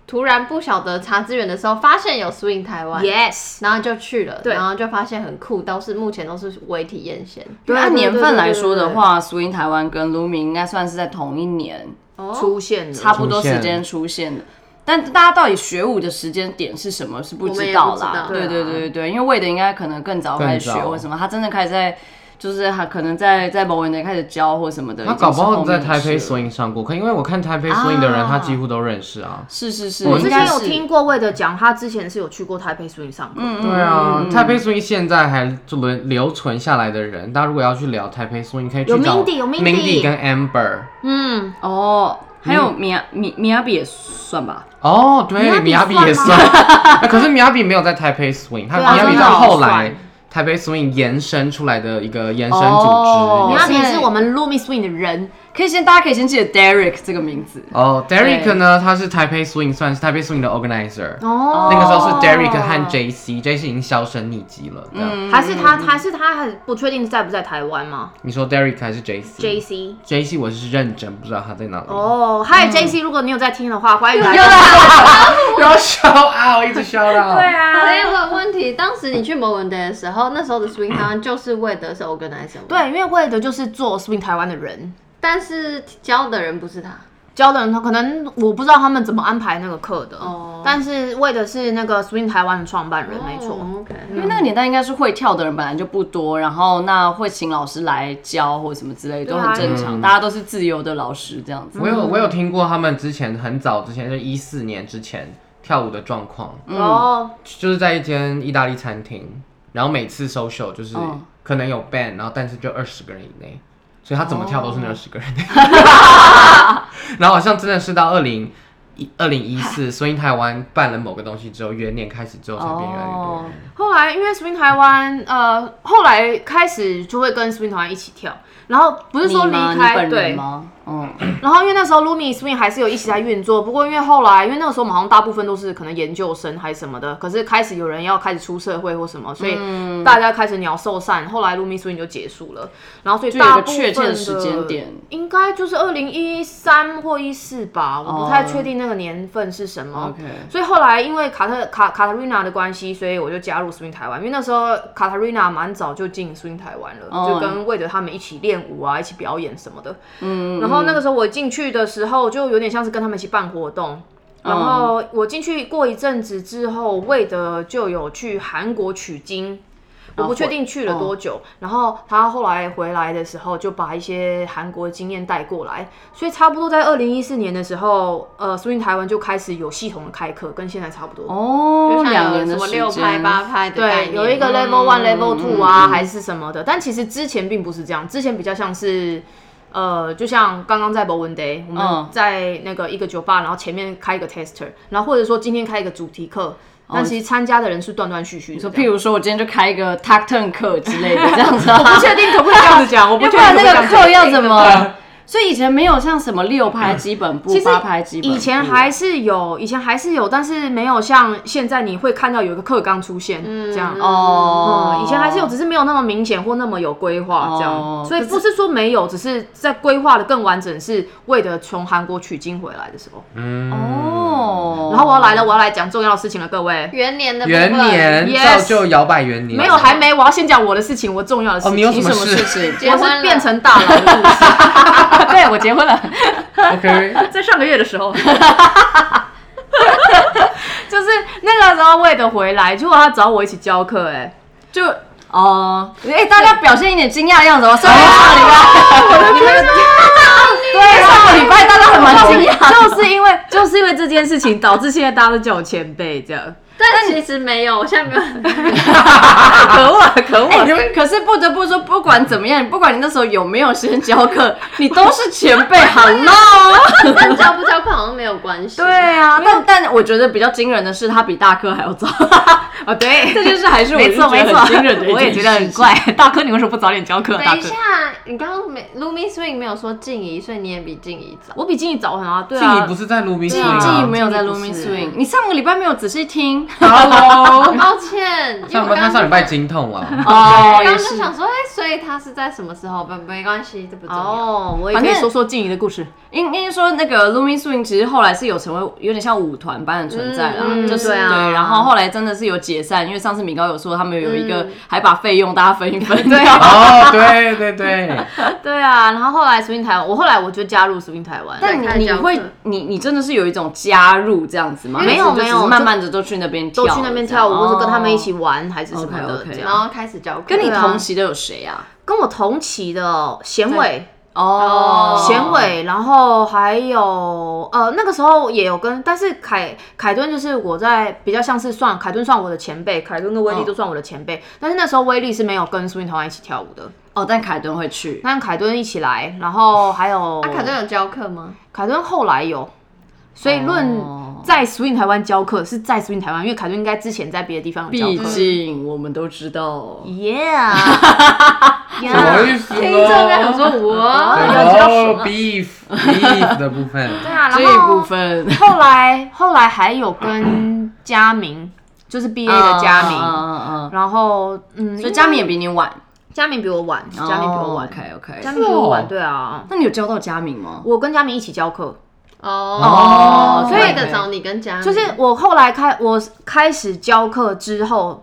A: 突然不晓得查资源的时候，发现有 swing 台湾。
B: ，Yes，
A: 然后就去了，
B: 对
A: 然后就发现很酷，都是目前都是微体验先。
B: 对
D: 按
B: 对
D: 年
B: 对
D: 份
B: 对
D: 来
B: 对
D: 说的
B: 对
D: 话，Swing 台湾跟 Lumi 应该算是在同一年，
A: 哦，
B: 出现了，
D: 差不多时间出现的。但大家到底学舞的时间点是什么是不知道啦。
A: 我
B: 们也
D: 对
B: 不知道
D: 对啊对对对，因为魏的应该可能更早
C: 更
D: 开始学
C: 早
D: 或什么，他真的开始在就是他可能在在某一年开始教或什么的。
C: 他
D: 已经
C: 搞不
D: 是
C: 好
D: 后
C: 在
D: 面的
C: 台北
D: 事了
C: swing 上过课，因为我看台北 swing 的人，
D: 啊
C: 他几乎都认识啊。
D: 是是是，
B: 我
D: 应
B: 之
D: 该
B: 前
D: 是嗯
B: 有听过魏的讲，他之前是有去过台北 Swing 上课，
C: 对啊，
B: 嗯
C: 台北 swing 现在还就留留存下来的人，大家如果要去聊台北 swing，可以去
B: 有
C: 找
B: Mindy，有 Mindy
C: Mindy 跟 Amber。
B: 嗯，
D: 哦，还有米亚米米亚比也算吧，
C: 哦，对，米
B: 米
C: 亚
B: 亚
C: 比
B: 比
C: 也
B: 算
C: 算，哎可是米亚比没有在台北 swing，他
B: 对啊
C: 米亚比
D: 真
C: 是
D: 的哦
C: 后
B: 算
C: 来台北 swing 延伸出来的一个延伸组
D: 哦
C: 织
B: 你。要
D: 所以
B: 你是我们 Lumi Swing 的人，
D: 可以先大家可以先记得 Derek 这个名字。
C: 哦，Derek
D: 对
C: 呢，他是台北 swing 算是台北 swing 的 organizer，
B: 哦
C: 那个时候是 Derek 和 JC，JC 已经销声匿迹了。这样，
B: 还是他，还是他还不确定在不在台湾吗
D: 嗯
C: 你说 Derek 还是 JC？JC
B: ？JC。
C: 我是认真不知道他在哪里。
B: 哦，
D: 嗯
B: 还有 JC，如果你有在听的话，欢迎 来。
D: 啊
C: 要 shout out，一直 shout out。对啊，
A: 还有 个问题，当时你去摩文 day 的时候，那时候的 swing 台湾就是为的是 organizer，嘛，
B: 对，因为为的就是做 swing 台湾的人，
A: 但是教的人不是他，
B: 教的人他可能我不知道他们怎么安排那个课的，
A: 哦
B: 但是为的是那个 swing 台湾的创办人，没错。
A: 哦，OK，
D: 因为那个年代应该是会跳的人本来就不多，然后那会请老师来教或什么之类都
B: 对啊
D: 很正
C: 嗯
D: 常，大家都是自由的老师这样子。
C: 我有我有听过他们之前很早之前，就一四年之前跳舞的状况，
B: 哦，
C: 就是在一间意大利餐厅，然后每次 social 就是
D: 嗯
C: 可能有 band，然后但是就二十个人以内，所以他怎么跳都是那二十个人。 然后好像真的是到二零一二零一四，所以台湾办了某个东西之后，元年开始之后才嗯变越来越
D: 哦
C: 多人。
B: 后来因为 swing 台湾，呃，后来开始就会跟 swing 台湾一起跳，然后不是
D: 你
B: 说离
D: 吗？你
B: 开，
D: 本人
B: 对，
D: 吗？嗯，
B: 然后因为那时候 Lumi Swing 还是有一起在运作，不过因为后来，因为那个时候我们好像大部分都是可能研究生还是什么的，可是开始有人要开始出社会或什么，所以
D: 嗯
B: 大家开始鸟兽散，后来 Lumi Swing 就结束了，然后所以
D: 就有一
B: 大
D: 个
B: 部分
D: 确切的时间点。
B: 应该就是二零一三或一四吧，我不太
D: 哦
B: 确定那个年份是什么。
D: OK
B: 所以后来因为卡特卡卡塔瑞娜的关系，所以我就加入 swing 台湾，因为那时候卡塔瑞娜蛮早就进 swing 台湾了，
D: 哦
B: 就跟魏德他们一起练舞啊，一起表演什么的。嗯。然后那个时候我进去的时候，就有点像是跟他们一起办活动。然后我进去过一阵子之后，为的就有去韩国取经。我不确定去
D: 哦
B: 了多久，然后他后来回来的时候，就把一些韩国经验带过来，所以差不多在二零一四年的时候，呃，苏运台湾就开始有系统的开课，跟现在差不多。
D: 哦，
A: 像
D: 两
A: 有
D: 年
A: 什
D: 的
A: 么
D: 时
A: 六拍
D: 间
A: 八拍的概
B: 对，
A: 念
B: 有一个
A: 嗯
B: level one、level
D: 嗯
B: two 啊，还是什么的。但其实之前并不是这样，之前比较像是，呃，就像刚刚在 b o w e n Day，我们
D: 嗯
B: 在那个一个酒吧，然后前面开一个 tester，然后或者说今天开一个主题课，但其实参加的人是断断续续的这
D: 就
B: 样。
D: 譬如哦说，我今天就开一个 t a c t u r n 课之类的，这样 子啊。
B: 不确定可不可以这样子讲，我不
D: 要
B: 确
D: 不
B: 定可
D: 然那
B: 不可以这样
D: 个
B: 讲
D: 课要怎么？ 所以以前没有像什么六拍基本步、八拍基本步，
B: 以前还是有，以前还是有，但是没有像现在你会看到有一个课纲出现、这样。
D: 哦
B: 嗯，以前还是有，只是没有那么明显或那么有规划这样，
D: 哦
B: 所以不是说没有，只是在规划的更完整，是为了从韩国取经回来的时候。
C: 嗯，
D: 哦。
B: 嗯然后我要来了，我要来讲重要的事情了，各位。
A: 元年的部分
C: 元年
B: Yes
C: 造就摇摆元年，
B: 没有，还没，我要先讲我的事情，我重要的事情。
C: 哦，你有什
D: 你
C: 么
D: 什么事
C: 事
D: 情？
A: 结
B: 我啊
A: 婚了
B: 是变成大佬的故事，
D: 对我结婚 了，
C: ？OK，
B: 在上个月的 时候。就是那个时候，为的回来，结果他找我一起教课、哎，
D: 欸就哦，哎，大家表现一点惊讶的样子哦。上上礼拜，上个礼拜大家 还蛮惊讶。
B: 就是因为就是因为这件事情，导致现在大家都叫我前辈，这样
A: 但其实没有，我现在没有。
B: 可恶啊，可恶啊！
D: 哎可是不得不说，不管怎么样，不管你那时候有没有先教课，你都是前辈，好闹哦。
A: 但交不交朋友好像没有关系。
D: 对啊，但但我觉得比较惊人的是，他比大科还要早。
B: 哦，对，
D: 这件事还是我
B: 没错
D: 就觉
B: 没
D: 得
B: 错
D: 很惊人的，一
B: 我也
D: 件
B: 觉得很
D: 事
B: 怪。大哥，你为什么不早点教课啊？大
A: 等一
B: 哥，
A: 下，你刚刚没 Lumi Swing 没有说静怡，所以你也比静怡早。
B: 我比静怡早很啊，对
C: 静怡
B: 啊
C: 不，是在卢米斯
D: 记
C: 吗
D: 忆没有在
B: 记忆不
D: Lumi
B: 啊是
D: Swing，你上个礼拜没有仔细听
C: Hello，
A: 抱歉，因为
C: 上
A: 我刚
C: 班他
A: 刚
C: 上礼拜经痛啊了，
D: 哦
A: 刚刚就想说，哎，所以他是在什么时候？不，没关系，这不重要。
B: 哦，我也可
D: 反
B: 以
D: 正
B: 说说静怡的故事。
D: 应应该说那个 Lumi Swing 其实后来是有成为有点像舞团般的存在啦，
A: 嗯
D: 就是
B: 对啊
D: 然后后来真的是有解散，因为上次米高有说他们有一个
B: 嗯
D: 还把费用大家分一分， 对，
B: 啊
C: 哦，对对对，
B: 对啊，然后后来 swing 台湾，我后来我就加入 swing 台湾。
D: 但
A: 对开
D: 你你
A: 教课
D: 会你你真的是有一种加入这样子吗？
B: 没有
D: 还是就只是
B: 没有
D: 慢慢的都去那边跳
B: 都
D: 了，
B: 去那边跳舞，
D: 这样
B: 或者跟他们一。
D: 哦
B: 起玩，还是什么的
D: OK，OK
B: 这
A: 然
B: 样。
A: 后开始教课，
D: 跟你
B: 对啊
D: 同期的有谁啊？
B: 跟我同期的贤伟，
D: 哦，
B: 贤伟，然后还有呃，那个时候也有跟，但是凯凯顿就是我在比较像是算凯顿算我的前辈，凯顿跟威力都算我的前
D: 嗯
B: 辈，但是那时候威力是没有跟苏运台湾一起跳舞的，
D: 哦，但凯顿会去，
B: 但凯顿一起来，然后还有
A: 啊，凯顿有教课吗？
B: 凯顿后来有，所以论
D: 哦
B: 在 swing 台湾教课是在 swing 台湾，因为凯顿应该之前在别的地方有教
D: 毕
B: 课。
D: 竟我们都知道。
B: Yeah，,
C: 什么意思
A: 听众在想
C: 呢？
A: 说，我
B: 啊
C: 哦，beef beef 的部分，
B: 对啊，然后
D: 这一部分
B: 后来后来还有跟佳明，就是毕业的佳明。
D: 嗯嗯嗯
B: 然后，嗯，哦
D: 嗯，所以
B: 应该
D: 佳明也比你晚，哦
B: 佳明比我晚，佳明比我晚，
D: ，OK OK。
B: 佳明比我
C: 是哦
B: 晚，对啊，
D: 那你有教到佳明吗？
B: 我跟佳明一起教课，
A: 哦
D: 哦
A: 所以
D: 可以
A: 得找你跟佳明，
B: 就是我后来开我开始教课之后。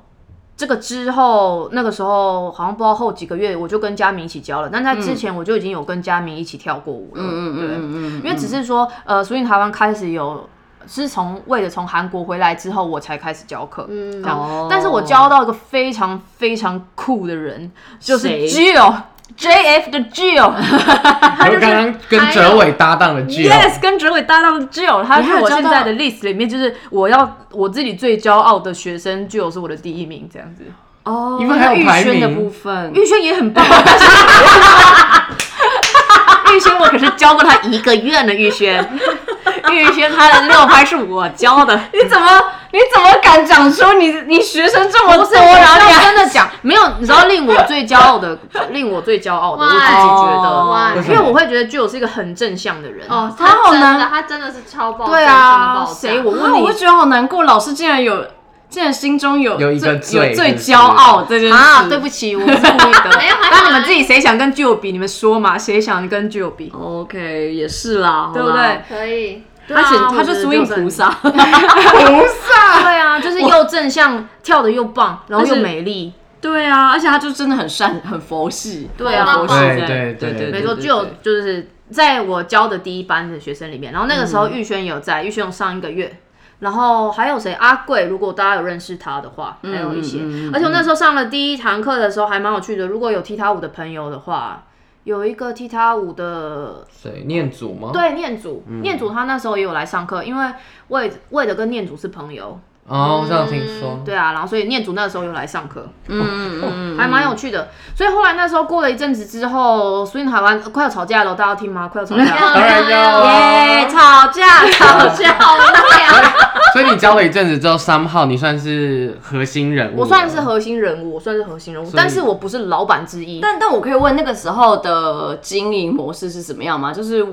B: 这个之后，那个时候好像不知道后几个月，我就跟佳明一起教了。但在之前，我就已经有跟佳明一起跳过舞了。
D: 嗯嗯嗯嗯，
B: 对，因为只是说，呃，所以台湾开始有，是从为了从韩国回来之后，我才开始教课。
A: 嗯
B: 这样
D: 哦
B: 但是我交到一个非常非常酷的人，就是
D: 谁
B: Jill JF 的 Jill，
C: 我刚刚跟哲伟搭档的剧啊
B: Yes，跟哲伟搭档的 Jill，他
D: 你
B: 是
D: 还有
B: 我
D: 交
B: 现
D: 到
B: 在的 list 里面，就是我要我自己最骄傲的学生，Jill 是我的第一名，这样子。
D: 哦，
C: 因为还有
D: 玉
C: 排
D: 轩的
C: 名
D: 部分，
B: 玉轩也很棒，但是 玉轩我可是教过他一个月呢，玉轩。玉轩他的六拍是我教的，
D: 你怎么你怎么敢讲出你你学生这么
B: 不
D: 多，
B: 是我
D: 然后你
B: 要
D: 还
B: 真的讲，没有，你知道令我最骄傲的，令我最骄傲的，我自己觉得。
A: 哇
C: 为什
B: 因
C: 么
B: 为我会觉得 Jill 是一个很正向的人，
A: 哦，
D: 他好
A: 真的
D: 难
A: 他真的是超爆，
B: 对啊，谁我
D: 啊
B: 问你
D: 我觉得好难过，老师竟然有竟然心中有
C: 有一个
D: 最有
C: 罪
D: 最
C: 是不是
D: 骄傲这件事
B: 啊，对不起，我不是故意 的。
A: 没有还好
B: 那你们自己谁想跟 Jill 比，你们说嘛，谁想跟 Jill 比？
D: 哦，OK 也是啦，
B: 对不
D: 好啦
B: 对？
A: 可以，
B: 啊
D: 而且他
B: 我觉
D: 是
B: 得
D: swing
B: 就 是
D: 菩萨，
B: 对啊，就是又正向，跳的又棒，然后又美丽。
D: 对啊，而且他就真的很善，很佛系，
B: 对啊
D: 很佛系
C: 对
D: 在
C: 对对
D: 对对，
B: 没错
D: 对
B: ，Jill 就是在我教的第一班的学生里面，然后那个
D: 嗯
B: 时候玉轩有在，玉轩有上一个月，然后还有谁？阿贵，如果大家有认识他的话，还有一些。
D: 嗯嗯嗯
B: 而且我那时候上了第一堂课的时候还蛮有趣的，如果有踢踏舞的朋友的话，有一个踢踏舞的
C: 谁念祖吗？
B: 对念祖，
D: 嗯
B: 念祖他那时候也有来上课，因为魏魏的跟念祖是朋友，
C: 哦，我想听说。
B: 对啊，然后所以念祖那时候有来上课，哦
D: 嗯嗯嗯，
B: 还蛮有趣的。所以后来那时候过了一阵子之后，所以台湾呃快要吵架了，大家要听吗？快要吵 架了。
C: 当然要
D: 哎
C: 啊
B: 耶！吵 架，吵架，好啊无聊。
C: 所以你教了一阵子之后，三号你算是核心人物了，
B: 我算是核心人物，我算是核心人物，
C: 以
B: 但是我不是老板之一。
D: 但但我可以问那个时候的经营模式是怎么样吗？就是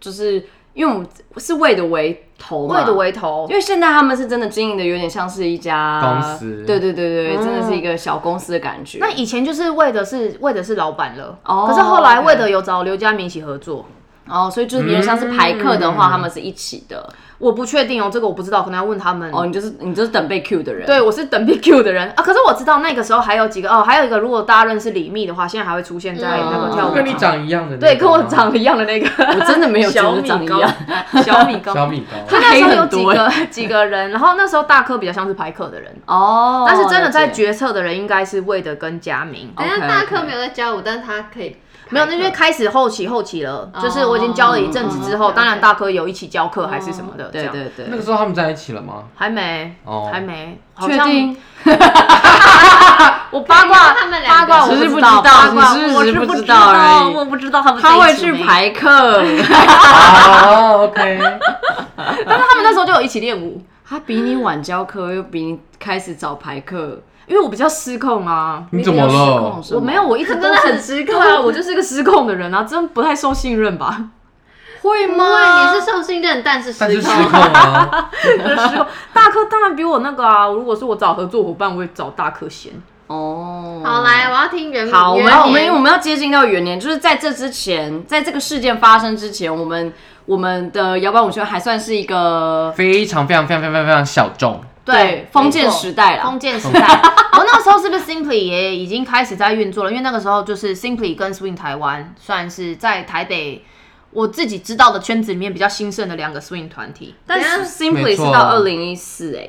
D: 就是因为我们是为的为头嘛，
B: 魏的为头
D: 因，为现在他们是真的经营的有点像是一家
C: 公司
D: 对对对对，真的是一个小公司的感觉。
B: 那以前就是魏的是魏的是老板了，
D: 哦
B: 可是后来
D: OK
B: 魏的有找刘佳明一起合作，
D: 哦，所以就是比如像是排课的话，他们是一起的。
B: 我不确定哦，这个我不知道，可能要问他们。
D: 哦，你就是你就是等被 Q 的人。
B: 对，我是等 BQ 的人啊，可是我知道那个时候还有几个哦，还有一个，如果大家认识李密的话，现在还会出现在那个
D: 嗯
B: 跳舞
C: 跟你
B: 场
C: 长一样的那个吗，
B: 对，跟我长得一样的那个，
D: 我真的没有觉
B: 小
D: 得
B: 米
D: 长一
B: 高
D: 样，
B: 小米高，
C: 小米糕，
B: 他那时候有几
D: 黑很
B: 个几个人，然后那时候大科比较像是排课的人，
D: 哦，
B: 但是真的
D: 了
B: 在
D: 解
B: 决策的人应该是魏德跟佳明。
A: 等一下
D: OK，OK
A: 大课没有在教舞，但是他可以
B: 没有，那就开哦始后期后期了，就是我已经教了一阵子之
A: 哦
B: 后，
A: ，OK，OK
B: 当然大科有一起教课还是什么的，这
D: 对
B: 样
D: 对对，
C: 那个时候他们在一起了 吗？
B: 哦还没，
C: 哦
B: 还没，好
D: 确
B: 像
D: 定
B: 我八
A: 可以
B: 卦
A: 让他们两
B: 八
A: 个
B: 卦我
D: 只是
B: 不
D: 不
B: 知
D: 知道
B: 道，八卦
D: 只是
B: 我
D: 只
B: 是
D: 是不
B: 知
D: 知道而已
B: 我不知道他们在
D: 他
B: 一
D: 会
B: 起
D: 去
B: 没，
D: 排课，
B: 啊
C: 哦，OK，
B: 但是他们那时候就有一起练舞，
D: 他比你晚教课，又比你开始早排课，
B: 因为我比较失控啊，
C: 你怎么
D: 比较失控
C: 了？
D: 是吗
B: 我没有，我一直
A: 真的很
B: 失控 啊，我就是个失控的人啊，真不太受信任 吧？
D: 会
A: 不会，
D: 吗？
A: 你是受信任，但是
C: 但是
A: 失
C: 失
A: 控。
C: 控 啊，
B: 失控， 大科当然比我那个啊，如果是我找合作伙伴，我也找大科先。
D: 哦，
A: 好，来，我要听原
D: 好，我
A: 原
D: 们要我们
A: 点
D: 因为我们要接近到元年，就是在这之前，在这个事件发生之前，我们我们的摇摆舞圈还算是一个
C: 非常非常非常非常非常小众，
D: 对封建时代啦，
B: 封建时代，我哦那个时候是不是 Simply 也已经开始在运作了？因为那个时候就是 Simply 跟 Swing 台湾算是在台北我自己知道的圈子里面比较兴盛的两个 Swing 团体。
D: 但
A: 等一
D: 是
A: 下
D: Simply
C: 没
D: 是
C: 错
D: 到二零一四哎，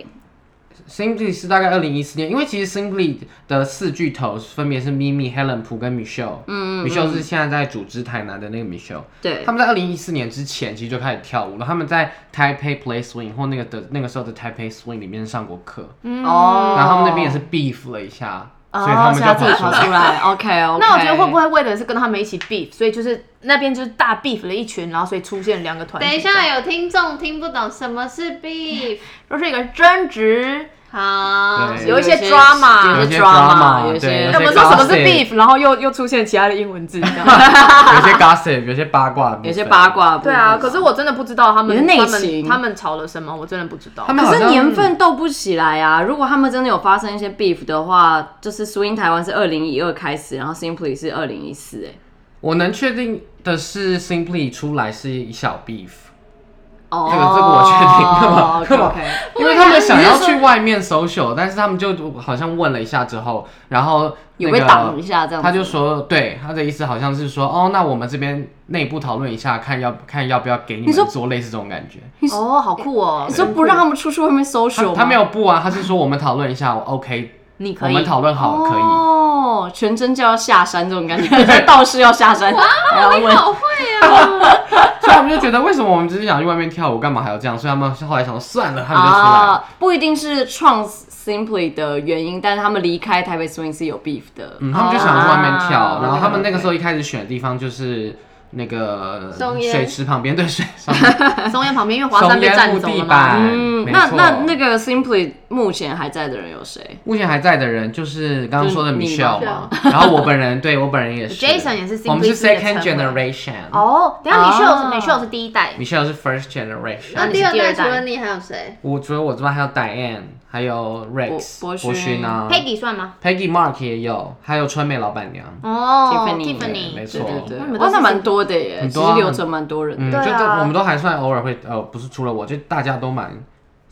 C: Simply 是大概二零一四年，因为其实 Simply 的四巨头分别是 Mimi、Helen、朴跟 Michelle。
D: 嗯
C: Michelle 是现在在组织台南的那个 Michelle，
D: 对
C: 他，们在二零一四年之前其实就开始跳舞了。他们在 Taipei Play Swing 或那个的那个时候的 Taipei Swing 里面上过课，
D: 哦
C: 然后他们那边也是 beef 了一下，
B: 哦
C: 所以他们
B: 所
C: 就
B: 以他自己
C: 跑
B: 出
C: 出
B: 来
C: 来。
D: 出来，OK OK。
B: 那我觉得会不会为的是跟他们一起 beef，所以就是那边就是大 beef 了一群，然后所以出现两个团体。
A: 等一，下，有听众听不懂什么是 beef。
B: 就是一个争执，
A: 好，
C: 对
B: 有一些
D: 有一些
B: drama，
D: 有
C: 有
D: 一
C: 一
D: 些
C: 些
D: drama，
C: drama，
D: 有一些
C: 对，有
B: 我
C: 些
B: 们说什么是
C: gossip
B: beef，然后又又出现其他的英文字，这样。
C: 有些 gossip，有些八卦的部分，
D: 有些八卦的部
B: 对
D: 分？
B: 啊，可是我真的不知道他们
D: 你的内
B: 他们
D: 情
B: 他们吵了什么，我真的不知道
C: 他。们好
D: 可
C: 像
D: 是年份斗不起来啊！如果他们真的有发生一些 beef 的话，就是 Swing 台湾是二零一二开始，然后 Simply 是二零一四，哎，
C: 我能确定的是，Simply 出来是一小 beef，
D: 哦
C: 这个这个我确定干嘛干嘛
D: o k
C: 因为他们想要去外面 social，但是他们就好像问了一下之后，然后
D: 有
C: 那
D: 被
C: 个
D: 挡一下这样子，
C: 他就说，对他的意思好像是说，哦，那我们这边内部讨论一下，看要看要不要给你
D: 你说
C: 们做类似这种感觉。
B: 哦，好酷哦！
D: 你说不让他们出去外面 social，
C: 他
D: 吗
C: 他没有不啊，他是说我们讨论一下我，OK，哦
B: 你可
C: 我
B: 以
C: 们讨论好可以。
D: 哦，全真就要下山这种感觉，道士要下山，还要问
A: 好会哦。
C: 所以他们就觉得，为什么我们只是想去外面跳舞，干嘛还要这样？所以他们后来想说，算了，他们就出来了。
D: 啊，不一定是创 Simply 的原因，但是他们离开台北 Swing 是有 beef 的，
C: 嗯，他们就想去外面跳，
B: 啊
C: 然后他们那个时候一开始选的地方就是那个
A: 松烟
C: 水池旁边，对水上面
B: 松烟旁边，因为华山被占
C: 木
B: 走
C: 地
B: 了嘛。
C: 板。
D: 嗯，
C: 没
D: 那
C: 错
D: 那那个 Simply 目前还在的人有谁？
C: 目前还在的人就是刚刚说的
D: 就是你嘛
C: Michelle 嘛，然后我本人对我本人也是
B: Jason 也是
C: 我们是
B: Simplicity 的
C: second
B: 成员
C: generation，
B: 哦，等一下
D: 哦
B: Michelle 是 Michelle 是第一代，
C: Michelle 是 first
A: 那
C: generation。
A: 第二
B: 你
A: 代
B: 是第二代
A: 除了你还有谁？
C: 我除了我之外还有 Diane，还有 Rex，
D: 博博勋
C: 博勋啊
B: Peggy 算吗？
C: ，Peggy Mark 也有，还有春梅老板娘。
B: 哦
D: Tiffany
C: 对没错
D: 对对对，
B: 那你们都
D: 哇，
B: 是
D: 那蛮多的耶，
C: 很
D: 其
C: 多啊
D: 实留存蛮多人
C: 嗯，
D: 的。
B: 对啊
C: 就这我们都还算偶尔会，呃，不是除了我，就大家都蛮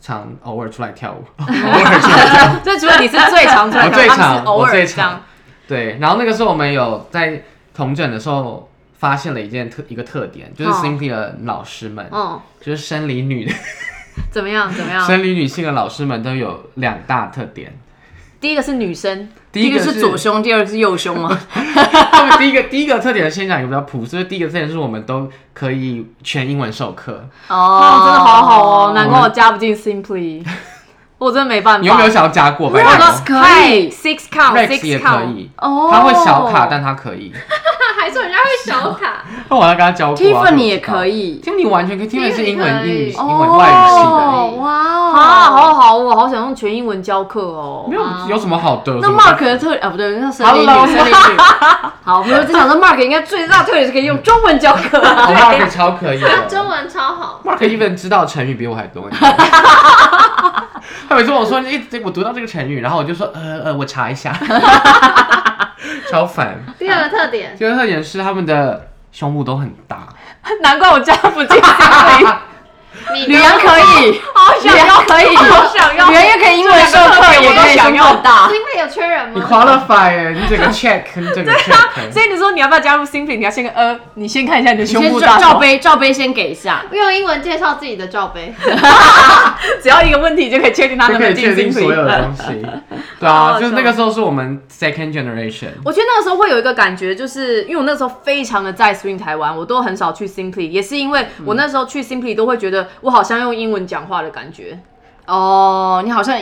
C: 常偶尔出来跳舞， 偶尔出来跳舞。
B: 所以除了你是最常 出 来
C: 我最
B: 看，他们
C: 常，
B: 是偶
C: 我
B: 尔
C: 最
B: 这样
C: 常。。对，然后那个时候我们有在同诊的时候发现了一件特一个特点，就是
A: 哦
C: Simply 的老师们，
A: 嗯，
C: 就是生理女、
B: 怎么样？怎么 样？
C: 生理女性的老师们都有两大特点。
B: 第一个是女生，
C: 第一个
D: 是 左胸，第二个是右胸吗？
C: 他们第一个第一个特点先讲一个比较朴素，就是第一个特点是我们都可以全英文授课。
D: 哦
B: 哦，真的好好哦，难怪
C: 我
B: 我加不进 Simply，我真的嗯没办法。
C: 你有没有想要加过？拜托
B: Rex
D: 可以
B: six count
C: Rex 也
B: six
C: 可
B: count
C: 以，
B: 哦
C: 他会小卡，但他可以。
A: 那还说人家会小 卡，
C: 那我要跟他教过啊。
D: Tiffany 也可
C: 以
D: 以，
C: ，Tiffany 完全可以，Tiffany 是英文英语
A: 可
C: 英文外语系
D: 哦
B: 哦
C: 的，
A: 哇哦，
B: 啊，好好，我好想用全英文教课哦
C: 没。有有什么好的？有
D: 那
C: 什么
D: Mark 的特啊，不对，那生理
C: Hello
D: 女，生理女。好，我们就想说 Mark 应该最大特点是 可以用中文教课。
C: 哦 Mark 超可以
A: 他中
C: 的
A: 文超好，
C: ，Mark even 知道成语比我还多。 他每次我说，哎，这我读到这个成语，然后我就说，呃呃，我查一下， 超烦。
A: 第二个特点，
C: 第二个特点是他们的胸部都很大，
B: 难怪我加不 进 Simply，
A: 你
D: 吕阳可以，
B: 好 想要，
D: 可以，
B: 好想要
D: 吕，阳也可以英文授课，
B: 这两个特点
D: 也可以
B: 我都想要
D: 胸部大
A: 是。因为有缺人
C: 你
A: 吗？
C: qualify，耶你整个 check，你整个 check，
B: 啊
C: 欸
B: 所以你说你要不要加入 Simply？你要先跟呃，你先看一下你的胸
D: 先
B: 部
D: 照
B: 大
D: 罩
B: 小，
D: 杯，罩杯先给一下。
A: 用英文介绍自己的罩杯，
B: 只要一个问题就可以确定他
C: 就
B: 能不
C: 可以
B: 能进
C: 确定所有
B: Simply。
C: 的东西。 对啊，
B: 哦
C: 就是那个时候是我们 second generation。
B: 我觉得那个时候会有一个感觉，就是因为我那时候非常的在 swing 台湾，我都很少去 Simply，也是因为我那时候去 Simply 都会觉得我好像用英文讲话的感觉。
D: 哦，你好像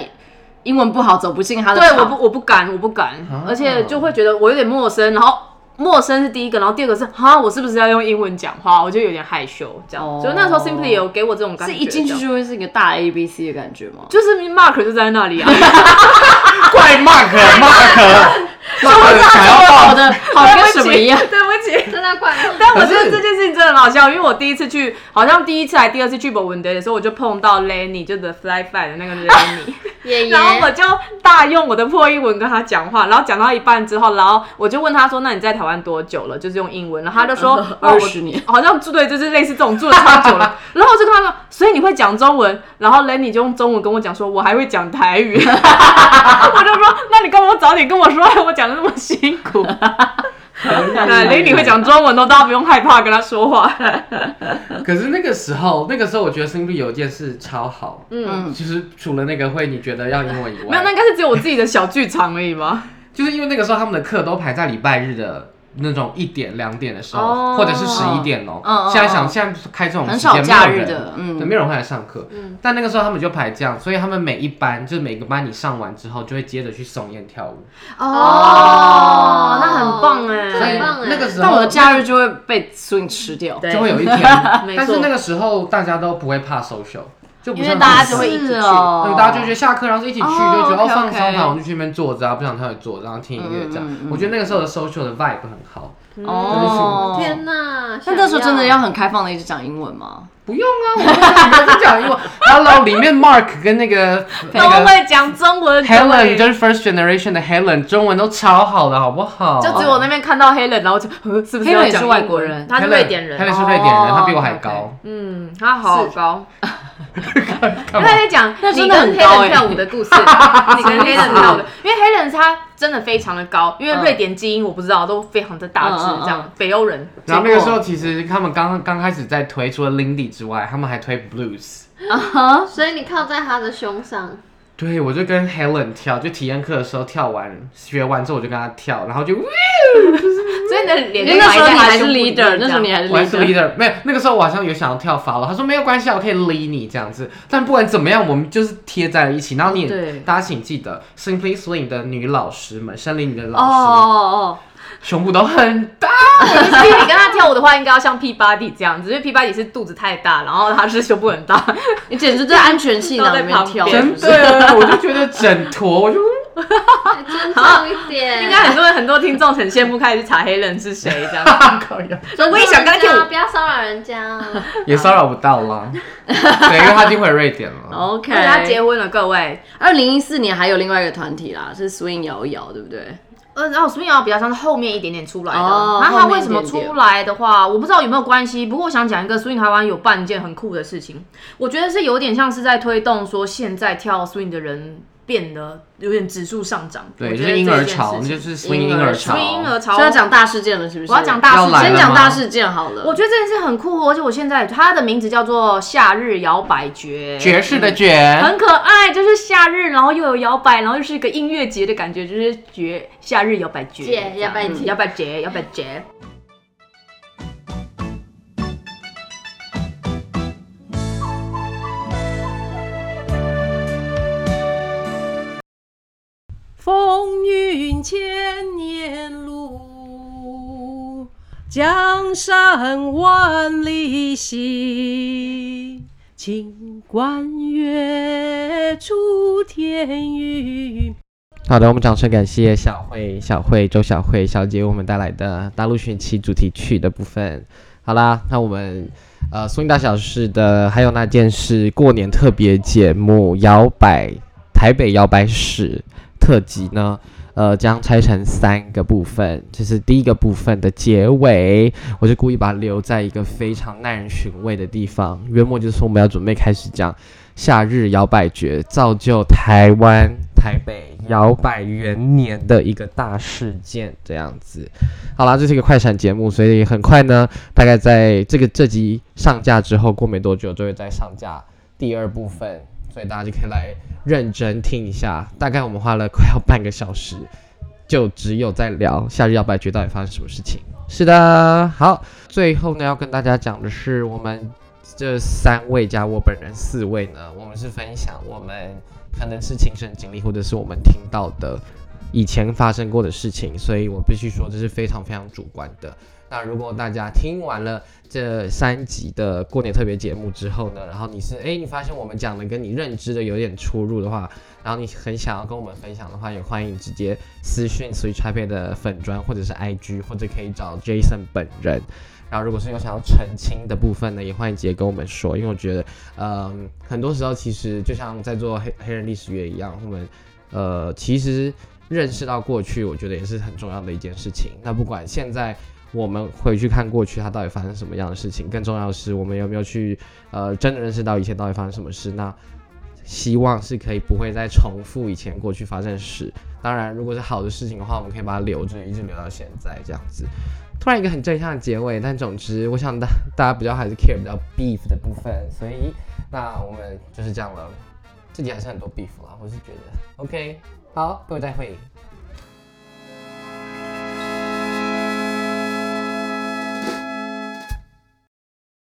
D: 英文不好，走不进他的
B: 对，
D: 场
B: 我不，我不敢，我不敢
C: 啊，
B: 而且就会觉得我有点陌生，然后陌生是第一个，然后第二个是哈，我是不是要用英文讲话？我就有点害羞，这样。
D: 哦
B: 所以那时候 Simply 有给我这种感
D: 是
B: 觉，
D: 一进去
B: 这样
D: 就会是一个大 A B C 的感觉吗？
B: 就是 Mark 就在那里 啊，
C: 怪 Mark，Mark，Mark 想要
D: 好
C: 爆
D: 的， 好
B: 对
D: 跟
B: 不起
D: 什么一样？
B: 对不 起。
A: 真的怪我。
B: 但我觉
C: 可是
B: 得这件事情真的很好笑，因为我第一次去，好像第一次还第二次去博文德的时候，我就碰到 Lenny，就 The Fly Fly 的那个 Lenny，
A: 爷爷，
B: 然后我就大用我的破英文跟他讲话，然后讲到一半之后，然后我就问他说：“那你在台湾多久了？”就是用英文，然后他就说：“哦我
D: 20年
B: 好像住对，就是类似这种住了超久了。”然后我就跟他说：“所以你会讲中文？”然后 Lenny 就用中文跟我讲说：“我还会讲台语。”我就说：“那你干嘛不早点跟我说？我讲的那么辛苦。” 对，Lenny 会讲中文哦，大家不用害怕跟他说话。
C: 可是那个时候，那个时候我觉得 Simply 有一件事超好，嗯，就是除了那个会你觉得要英文以
B: 没有，那
C: 外，
B: 应该是只有我自己的小剧场而 已吧。
C: 就是因为那个时候他们的课都排在礼拜日的。那种一点两点的时候，
B: 哦
C: 或者是十一点哦
D: 嗯嗯。嗯
C: 现在想，现在开这种
D: 很
C: 时
D: 少
C: 间
D: 假日
C: 没有人，
D: 的，
C: 对，
D: 嗯，
C: 没有人会来上课。但那个时候他们就排这样，所以他们每一班就是每个班你上完之后，就会接着去送宴跳舞。
A: 哦
B: 那很棒哎
A: 这很棒哎，
C: 那个时候
D: 但我的假日就会被 swing 吃掉。
B: 对
C: 就会有一天
B: 没，错
C: 但是那个时候大家都不会怕 social，就不
B: 因为
C: 像
B: 大家
C: 是
B: 就会一起去
D: 是哦
C: 对，大家就觉得下课，然后是一起去，就觉得
D: 哦
C: 哦
D: ，OK，OK
C: 放松，然后我就去那边坐着啊，不想上去坐着，然后听音乐这样
D: 嗯嗯。嗯
C: 我觉得那个时候的 social 的 vibe 很好，
D: 哦，
A: 天哪！
D: 那那时候真的要很开放的一直讲英文吗？
C: 不用啊，我们不讲英文。Hello，里 面 Mark 跟那个
B: 都
C: 那个
B: 会讲中文。
C: Helen 就是 first generation 的 Helen，中文都超好的，好不好？
B: 就只有我那边看到黑人，然后就 呃是不是
D: Helen
B: 要
D: 也
B: 讲
D: 是
B: 英文
D: 外国人
B: 他是
C: Helen-
B: 瑞典人。
C: ，Helen 是瑞典人，
D: 哦
C: 他比我还
D: OK，OK
C: 高。
B: 嗯，他好高，
C: 干
B: 他
C: 嘛？
B: 在讲
D: 那真
B: 你
D: 的很
B: 跟黑
D: 高欸
B: 人跳舞的故 事，你跟黑人跳舞的，因为黑人他真的非常的高，因为
D: 嗯
B: 瑞典基因我不知道都非常的大
D: 嗯
B: 只
D: 嗯嗯，
B: 这样北欧人
C: 然后那个时候，其实他们刚刚开始在推，除了 Lindy 之外，他们还推 Blues。
D: 啊哈，
A: 所以你靠在他的胸上，
C: 对，我就跟 Helen 跳，就体验课的时候跳完，学完之后我就跟她跳，然后就，呜
B: 所以你的脸
D: 因
B: 就
D: 哎为那时候
B: 埋在
D: 你
B: 他
D: 还
B: 的
D: 是
B: 胸部里面
D: leader，那
B: 这
D: 时
B: 样
D: 候你还是
C: 我还是
D: leader。
C: leader，没有，那个时候我好像有想要跳 follow，他说没有关系，啊，我可以 lead 你这样子，但不管怎么样，我们就是贴在了一起。然后你也，
D: 对
C: 大家请记得，Simply Swing 的女老师们，森林女的
D: 哦
C: 老师，
D: 哦
C: 胸部都很大，
B: 所以你跟他跳舞的话，应该要像 P Body 这样子，因为 P Body 是肚子太大，然后他是胸 部很大，
D: 哦，你简直在安全气囊里面跳，
B: 都在旁边
D: 是
C: 真
D: 不是？
C: 的，我就觉得整坨，我就
A: 哎尊重一点，
B: 应该很多人很多听众很羡慕，开始去查黑人是谁这样。
C: 大高 呀，
A: 尊重人家
B: 我也想跟他跳舞
A: 不要骚扰人家哦。
C: 也骚扰不到 啦，对，因为他已经回瑞典了。
D: OK，
B: 而且他结婚了，各位。
D: 二零一四年还有另外一个团体啦，是 Swing 摇一摇，对不对？
B: 呃，然后苏明瑶比较像是后面一点点出来的，
D: 哦
B: 然后他
D: 后面
B: 为
D: 一
B: 什么
D: 点点
B: 出来的话，我不知道有没有关系。不过我想讲一个 swing 台湾有办一件很酷的事情，我觉得是有点像是在推动说现在跳 swing 的人变得有点指数上涨。
C: 对，
B: 我
C: 就
B: 觉得
C: 是婴
B: 这
C: 儿
B: 件
C: 潮，
B: 事
C: 那
B: 情
C: 就是 swing 婴
A: 婴儿
C: 儿
A: 潮
C: 潮，
B: 所以婴儿潮，
D: 所以要讲大事件了，是不是？
B: 我要讲大
C: 要
B: 事
C: 来
B: 件
C: 了
D: 先讲
C: 吗
D: 大事件好了。
B: 我觉得这件事很酷哦，而且我现在它的名字叫做《夏日摇摆爵》，
C: 爵士的爵，
B: 嗯很可爱，就是夏日，然后又有摇摆，然后又是一个音乐节的感觉，就是爵夏日摇摆爵，
A: 节
B: 这样
A: 摇摆节
B: 嗯摇摆节，摇摆节。
E: 风云千年路，江山万里行。锦官月出天云，
C: 好的，我们掌声感谢小慧、小慧、周小慧小姐为我们带来的大陆选期主题曲的部分。好啦，那我们呃松韵大小事的还有那件事过年特别节目摇摆台北摇摆史特辑呢，呃将拆成三个部分，这是第一个部分的结尾，我就故意把它留在一个非常耐人寻味的地方。约莫就是说我们要准备开始讲夏日摇摆节造就台湾台北摇摆元年的一个大事件，这样子。好啦，这是一个快闪节目，所以很快呢，大概在这个这集上架之后，过没多久就会再上架第二部分，所以大家就可以来认真听一下。大概我们花了快要半个小时，就只有在聊夏日摇摆节到底发生什么事情。是的，好，最后呢要跟大家讲的是我们这三位加我本人四位呢，我们是分享我们可能是亲身经历，或者是我们听到的以前发生过的事情，所以我必须说这是非常非常主观的。那如果大家听完了这三集的过年特别节目之后呢，然后你是诶，你发现我们讲的跟你认知的有点出入的话，然后你很想要跟我们分享的话，也欢迎直接私讯 Switch Happy 的粉砖或者是 IG，或者可以找 Jason 本人。然后如果是有想要澄清的部分呢，也欢迎直接跟我们说，因为我觉得，嗯，很多时候其实就像在做黑黑人历史月一样，我们呃其实认识到过去，我觉得也是很重要的一件事情。那不管现在。我们回去看过去，它到底发生什么样的事情？更重要的是，我们有没有去呃真的认识到以前到底发生什么事？那希望是可以不会再重复以前过去发生的事。当然，如果是好的事情的话，我们可以把它留着，一直留到现在这样子。突然一个很正向的结尾，但总之，我想大 大家比较还是 care 比较 beef 的部分，所以那我们就是这样了。这集还是很多 beef 啦，我是觉得 OK，好，各位再会，